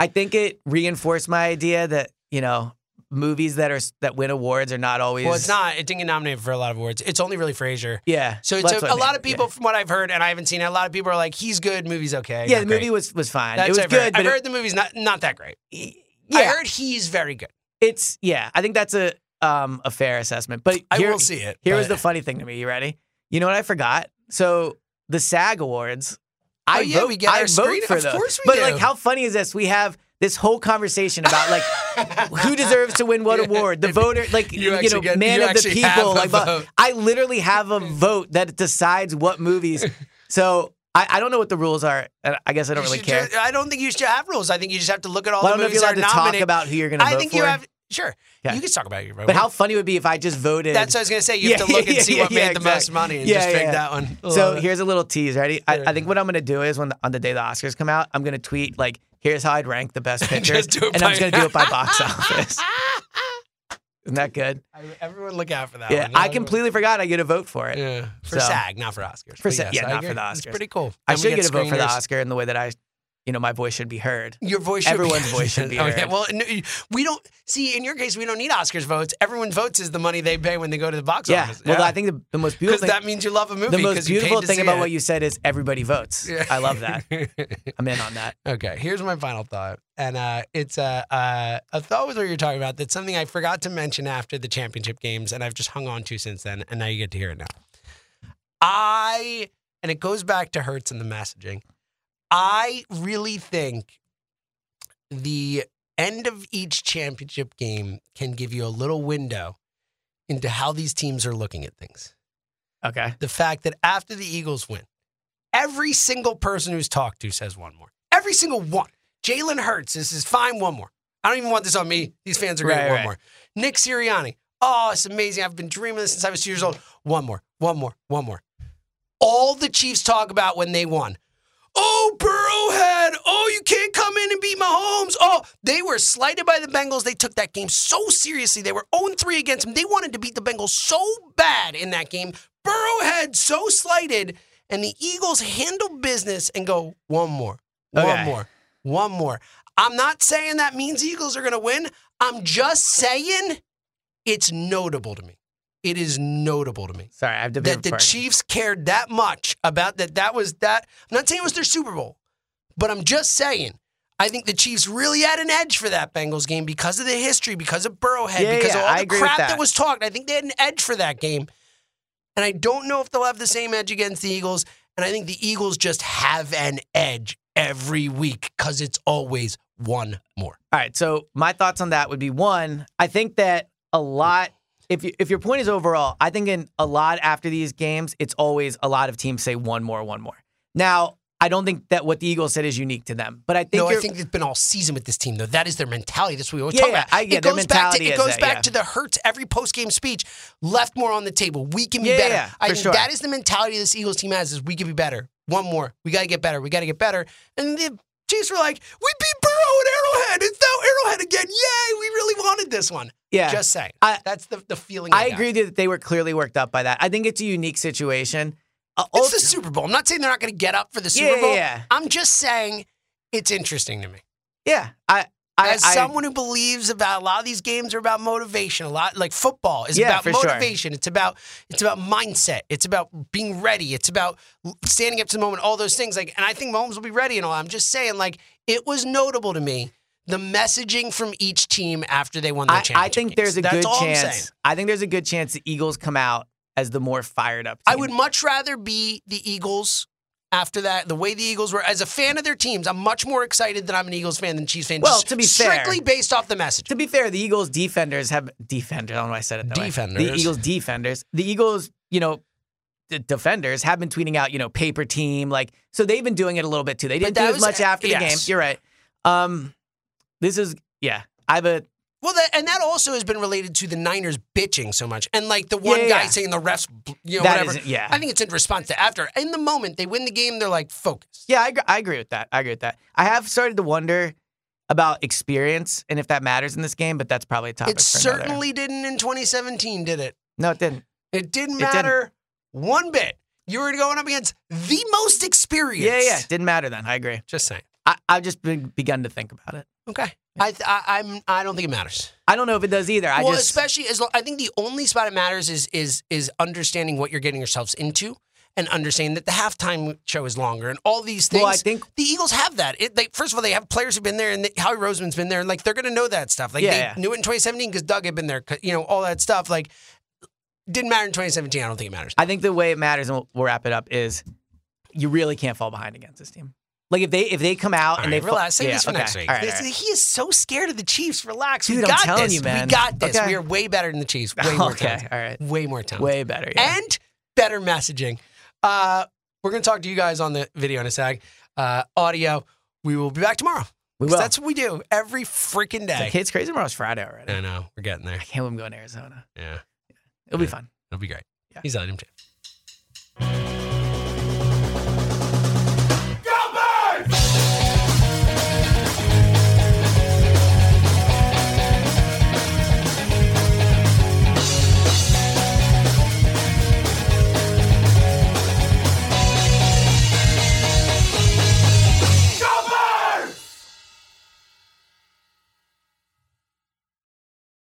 Speaker 3: I think it reinforced my idea that you know movies that are that win awards are not always.
Speaker 2: Well, it's not. It didn't get nominated for a lot of awards. It's only really Fraser.
Speaker 3: Yeah.
Speaker 2: So it's
Speaker 3: that's
Speaker 2: a,
Speaker 3: what I
Speaker 2: a lot
Speaker 3: mean.
Speaker 2: of people,
Speaker 3: Yeah.
Speaker 2: from what I've heard, and I haven't seen it, a lot of people are like, he's good, movie's okay.
Speaker 3: Yeah,
Speaker 2: not
Speaker 3: the
Speaker 2: great.
Speaker 3: movie was was fine.
Speaker 2: That's
Speaker 3: it was
Speaker 2: what I've
Speaker 3: good,
Speaker 2: heard.
Speaker 3: but
Speaker 2: I've
Speaker 3: it-
Speaker 2: heard the movie's not not that great.
Speaker 3: yeah,
Speaker 2: I heard he's very good.
Speaker 3: it's yeah. I think that's a um a fair assessment. But
Speaker 2: I
Speaker 3: here,
Speaker 2: will see it.
Speaker 3: Here
Speaker 2: but-
Speaker 3: was the funny thing to me. You ready? You know what I forgot? So the SAG Awards. I
Speaker 2: Oh, yeah,
Speaker 3: vote.
Speaker 2: we get
Speaker 3: I
Speaker 2: our
Speaker 3: vote
Speaker 2: screen-
Speaker 3: for
Speaker 2: of
Speaker 3: those.
Speaker 2: course we
Speaker 3: but
Speaker 2: do.
Speaker 3: like, how funny is this? We have this whole conversation about
Speaker 2: *laughs*
Speaker 3: like who deserves to win what award, the voter, like
Speaker 2: You
Speaker 3: you,
Speaker 2: actually
Speaker 3: know,
Speaker 2: get-
Speaker 3: man
Speaker 2: you
Speaker 3: of the
Speaker 2: actually have a
Speaker 3: people. Like, but
Speaker 2: vote.
Speaker 3: I literally have a vote that decides
Speaker 2: *laughs*
Speaker 3: what movies. So I, I don't know what the rules are. and I guess *laughs* I don't
Speaker 2: You
Speaker 3: really
Speaker 2: should
Speaker 3: care.
Speaker 2: ju- I don't think you should have rules. I think you just have to look at all
Speaker 3: Well, I
Speaker 2: the
Speaker 3: don't know
Speaker 2: movies
Speaker 3: if you're allowed
Speaker 2: that
Speaker 3: to
Speaker 2: are nominated.
Speaker 3: talk about who you're going to
Speaker 2: I
Speaker 3: vote
Speaker 2: think
Speaker 3: for.
Speaker 2: you have. Sure.
Speaker 3: Yeah.
Speaker 2: You can talk about your vote.
Speaker 3: But how funny would it be if I just voted?
Speaker 2: That's what I was going to say. You have
Speaker 3: Yeah,
Speaker 2: to look and
Speaker 3: yeah,
Speaker 2: see
Speaker 3: yeah,
Speaker 2: what
Speaker 3: yeah,
Speaker 2: made the most
Speaker 3: exact-
Speaker 2: money and
Speaker 3: yeah,
Speaker 2: just pick
Speaker 3: yeah.
Speaker 2: that one.
Speaker 3: So
Speaker 2: Love it.
Speaker 3: here's a little tease. Ready? I,
Speaker 2: Yeah.
Speaker 3: I think what I'm gonna do is when the, on the day the Oscars come out, I'm gonna tweet like, "Here's how I'd rank the best
Speaker 2: *laughs*
Speaker 3: pictures,"
Speaker 2: Just do it
Speaker 3: and
Speaker 2: by-
Speaker 3: I'm just gonna do it by
Speaker 2: *laughs*
Speaker 3: box office. Isn't that good?
Speaker 2: I- everyone look out for that
Speaker 3: yeah,
Speaker 2: one.
Speaker 3: I
Speaker 2: Everyone-
Speaker 3: completely forgot I get a vote for it.
Speaker 2: Yeah. For
Speaker 3: So-
Speaker 2: SAG, not for Oscars.
Speaker 3: For
Speaker 2: But
Speaker 3: SAG,
Speaker 2: yes,
Speaker 3: yeah,
Speaker 2: I
Speaker 3: not
Speaker 2: agree.
Speaker 3: for the
Speaker 2: It's
Speaker 3: Oscars.
Speaker 2: pretty cool.
Speaker 3: I
Speaker 2: Then we
Speaker 3: should get a vote for the
Speaker 2: screeners.
Speaker 3: Oscar in the way that I, you know, my voice should be heard.
Speaker 2: Your voice should *laughs*
Speaker 3: Everyone's
Speaker 2: be
Speaker 3: voice should be
Speaker 2: Oh, yeah.
Speaker 3: heard.
Speaker 2: Well, n- we don't see in your case we don't need Oscars votes. Everyone votes is the money they pay when they go to the box
Speaker 3: Yeah.
Speaker 2: office.
Speaker 3: Well, I think the, the most
Speaker 2: because
Speaker 3: beautiful
Speaker 2: that
Speaker 3: thing,
Speaker 2: means you love a movie.
Speaker 3: the most
Speaker 2: 'cause you paid
Speaker 3: beautiful
Speaker 2: to
Speaker 3: thing
Speaker 2: see
Speaker 3: about
Speaker 2: it.
Speaker 3: what you said is everybody votes.
Speaker 2: Yeah.
Speaker 3: I love that.
Speaker 2: *laughs*
Speaker 3: I'm in on that.
Speaker 2: Okay, here's my final thought, and uh, it's a uh, uh, a thought was what you're talking about. That's something I forgot to mention after the championship games, and I've just hung on to since then, and now you get to hear it now. I and it goes back to Hertz and the messaging. I really think the end of each championship game can give you a little window into how these teams are looking at things
Speaker 3: Okay.
Speaker 2: the fact that after the Eagles win, every single person who's talked to says one more. Every single one. Jalen Hurts, this is fine, one more. I don't even want this on me. These fans are great,
Speaker 3: Right,
Speaker 2: one
Speaker 3: right.
Speaker 2: more. Nick Sirianni, oh, it's amazing. I've been dreaming of this since I was two years old. One more, one more, one more. All the Chiefs talk about when they won. Oh, Burrowhead. Oh, you can't come in and beat Mahomes. Oh, they were slighted by the Bengals. They took that game so seriously. They were 0 3 against them. They wanted to beat the Bengals so bad in that game. Burrowhead so slighted. And the Eagles handle business and go, one more, one
Speaker 3: Okay.
Speaker 2: more, one more. I'm not saying that means Eagles are going to win. I'm just saying it's notable to me. It is notable to me
Speaker 3: Sorry, I have to be
Speaker 2: that *laughs* the Chiefs cared that much about that. That was that. I'm not saying it was their Super Bowl, but I'm just saying. I think the Chiefs really had an edge for that Bengals game because of the history, because of Burrowhead,
Speaker 3: Yeah,
Speaker 2: because
Speaker 3: yeah,
Speaker 2: of all
Speaker 3: I
Speaker 2: the
Speaker 3: agree with
Speaker 2: crap that.
Speaker 3: that.
Speaker 2: was talked. I think they had an edge for that game. And I don't know if they'll have the same edge against the Eagles. And I think the Eagles just have an edge every week because it's always one more.
Speaker 3: All right. So my thoughts on that would be one. I think that a lot. If you, if your point is overall, I think in a lot after these games, it's always a lot of teams say one more, one more. Now, I don't think that what the Eagles said is unique to them, but I think
Speaker 2: no, I
Speaker 3: you're-
Speaker 2: think it's been all season with this team, though. That is their mentality. That's what we always
Speaker 3: Yeah,
Speaker 2: talk
Speaker 3: yeah.
Speaker 2: about.
Speaker 3: I- yeah,
Speaker 2: it
Speaker 3: their
Speaker 2: goes back to
Speaker 3: mentality
Speaker 2: it
Speaker 3: is
Speaker 2: goes
Speaker 3: that,
Speaker 2: back
Speaker 3: yeah.
Speaker 2: to the Hurts every post game speech. Left more on the table. We can be
Speaker 3: Yeah, yeah,
Speaker 2: better.
Speaker 3: yeah,
Speaker 2: I
Speaker 3: for
Speaker 2: think
Speaker 3: sure.
Speaker 2: that is the mentality this Eagles team has: is we can be better. One more. We got to get better. We got to get better. And the Chiefs were like, we beat Burrow and Arrowhead. It's now Arrowhead again. Yay! We really wanted this one.
Speaker 3: yeah.
Speaker 2: Just saying.
Speaker 3: I-
Speaker 2: That's the the feeling.
Speaker 3: I
Speaker 2: got.
Speaker 3: agree that they were clearly worked up by that. I think it's a unique situation. Uh,
Speaker 2: It's the
Speaker 3: ult-
Speaker 2: Super Bowl. I'm not saying they're not going to get up for the
Speaker 3: Yeah,
Speaker 2: Super
Speaker 3: yeah,
Speaker 2: Bowl.
Speaker 3: yeah.
Speaker 2: I'm just saying it's interesting to me.
Speaker 3: yeah, I, I,
Speaker 2: as
Speaker 3: I-
Speaker 2: someone who believes about a lot of these games are about motivation a lot like football is
Speaker 3: Yeah,
Speaker 2: about
Speaker 3: for sure.
Speaker 2: motivation it's about it's about mindset it's about being ready it's about standing up to the moment all those things like and i think Mahomes will be ready and all i'm just saying like it was notable to me the messaging from each team after they won their
Speaker 3: I,
Speaker 2: championship
Speaker 3: I think
Speaker 2: games.
Speaker 3: there's a
Speaker 2: That's
Speaker 3: good
Speaker 2: all I'm saying.
Speaker 3: chance. I think there's a good chance the Eagles come out as the more fired up.
Speaker 2: I
Speaker 3: team.
Speaker 2: would much rather be the Eagles after that. The way the Eagles were, as a fan of their teams, I'm much more excited that I'm an Eagles fan than Chiefs fan.
Speaker 3: Well,
Speaker 2: just
Speaker 3: to be fair-
Speaker 2: strictly based off the message.
Speaker 3: To be fair, the Eagles defenders have defenders. I don't know why I said it. That way. The
Speaker 2: Defenders.
Speaker 3: Eagles defenders. The Eagles, you know, d- defenders have been tweeting out, you know, paper team. Like, so they've been doing it a little bit too. They didn't do
Speaker 2: that
Speaker 3: as
Speaker 2: was-
Speaker 3: much after the game.
Speaker 2: yes.
Speaker 3: You're right. Um, this is yeah. I have a
Speaker 2: Well, that, and that also has been related to the Niners bitching so much, and like the one
Speaker 3: Yeah, yeah,
Speaker 2: guy
Speaker 3: yeah.
Speaker 2: saying the refs, bl- you know,
Speaker 3: That
Speaker 2: whatever.
Speaker 3: isn't- yeah.
Speaker 2: I think it's in response to after. In the moment they win the game, they're like focused.
Speaker 3: yeah. I, gr- I agree with that. I agree with that. I have started to wonder about experience and if that matters in this game, but that's probably a topic.
Speaker 2: It
Speaker 3: for another-
Speaker 2: certainly didn't in 2017, did it?
Speaker 3: no, it didn't.
Speaker 2: It didn't
Speaker 3: It didn't.
Speaker 2: matter one bit. You were going up against the most experienced.
Speaker 3: Yeah, yeah, it didn't matter then. I agree.
Speaker 2: Just saying.
Speaker 3: I, I've just been, begun to think about it.
Speaker 2: Okay. I, th- I I'm I don't think it matters.
Speaker 3: I don't know if it does either. I
Speaker 2: well,
Speaker 3: just
Speaker 2: especially as lo- I think the only spot it matters is is is understanding what you're getting yourselves into and understanding that the halftime show is longer and all these things.
Speaker 3: Well, I think-
Speaker 2: the Eagles have that. It, they, first of all, they have players who've been there and they, Howie Roseman's been there, and like they're going to know that stuff. Like
Speaker 3: Yeah,
Speaker 2: they
Speaker 3: yeah.
Speaker 2: knew it in 2017 because Doug had been there. 'cause, You know all that stuff. Like didn't matter in 2017. I don't think it matters.
Speaker 3: I think the way it matters, and we'll, we'll wrap it up, is you really can't fall behind against this team. Like if they if they come out
Speaker 2: All
Speaker 3: and
Speaker 2: right,
Speaker 3: they
Speaker 2: relax. Save
Speaker 3: yeah,
Speaker 2: this for
Speaker 3: okay.
Speaker 2: next week.
Speaker 3: All right, all
Speaker 2: This-
Speaker 3: right.
Speaker 2: He is so scared of the Chiefs. Relax. we
Speaker 3: Dude, I'm
Speaker 2: got
Speaker 3: telling
Speaker 2: this.
Speaker 3: you, man.
Speaker 2: We got this.
Speaker 3: Okay.
Speaker 2: We are way better than the Chiefs.
Speaker 3: *laughs*
Speaker 2: Way more
Speaker 3: Okay,
Speaker 2: talented.
Speaker 3: all right.
Speaker 2: Way more talented.
Speaker 3: way better. Yeah.
Speaker 2: and better messaging. Uh, we're going to talk to you guys on the video in a sec. Uh, audio. We will be back tomorrow.
Speaker 3: We
Speaker 2: 'Cause
Speaker 3: will.
Speaker 2: That's what we do every freaking
Speaker 3: It's
Speaker 2: day.
Speaker 3: like, hey, it's crazy tomorrow's Friday already.
Speaker 2: I know. We're getting there.
Speaker 3: I can't believe I'm going to Arizona.
Speaker 2: Yeah.
Speaker 3: It'll be fun.
Speaker 2: It'll be great.
Speaker 3: Yeah.
Speaker 2: He's Adam Chance.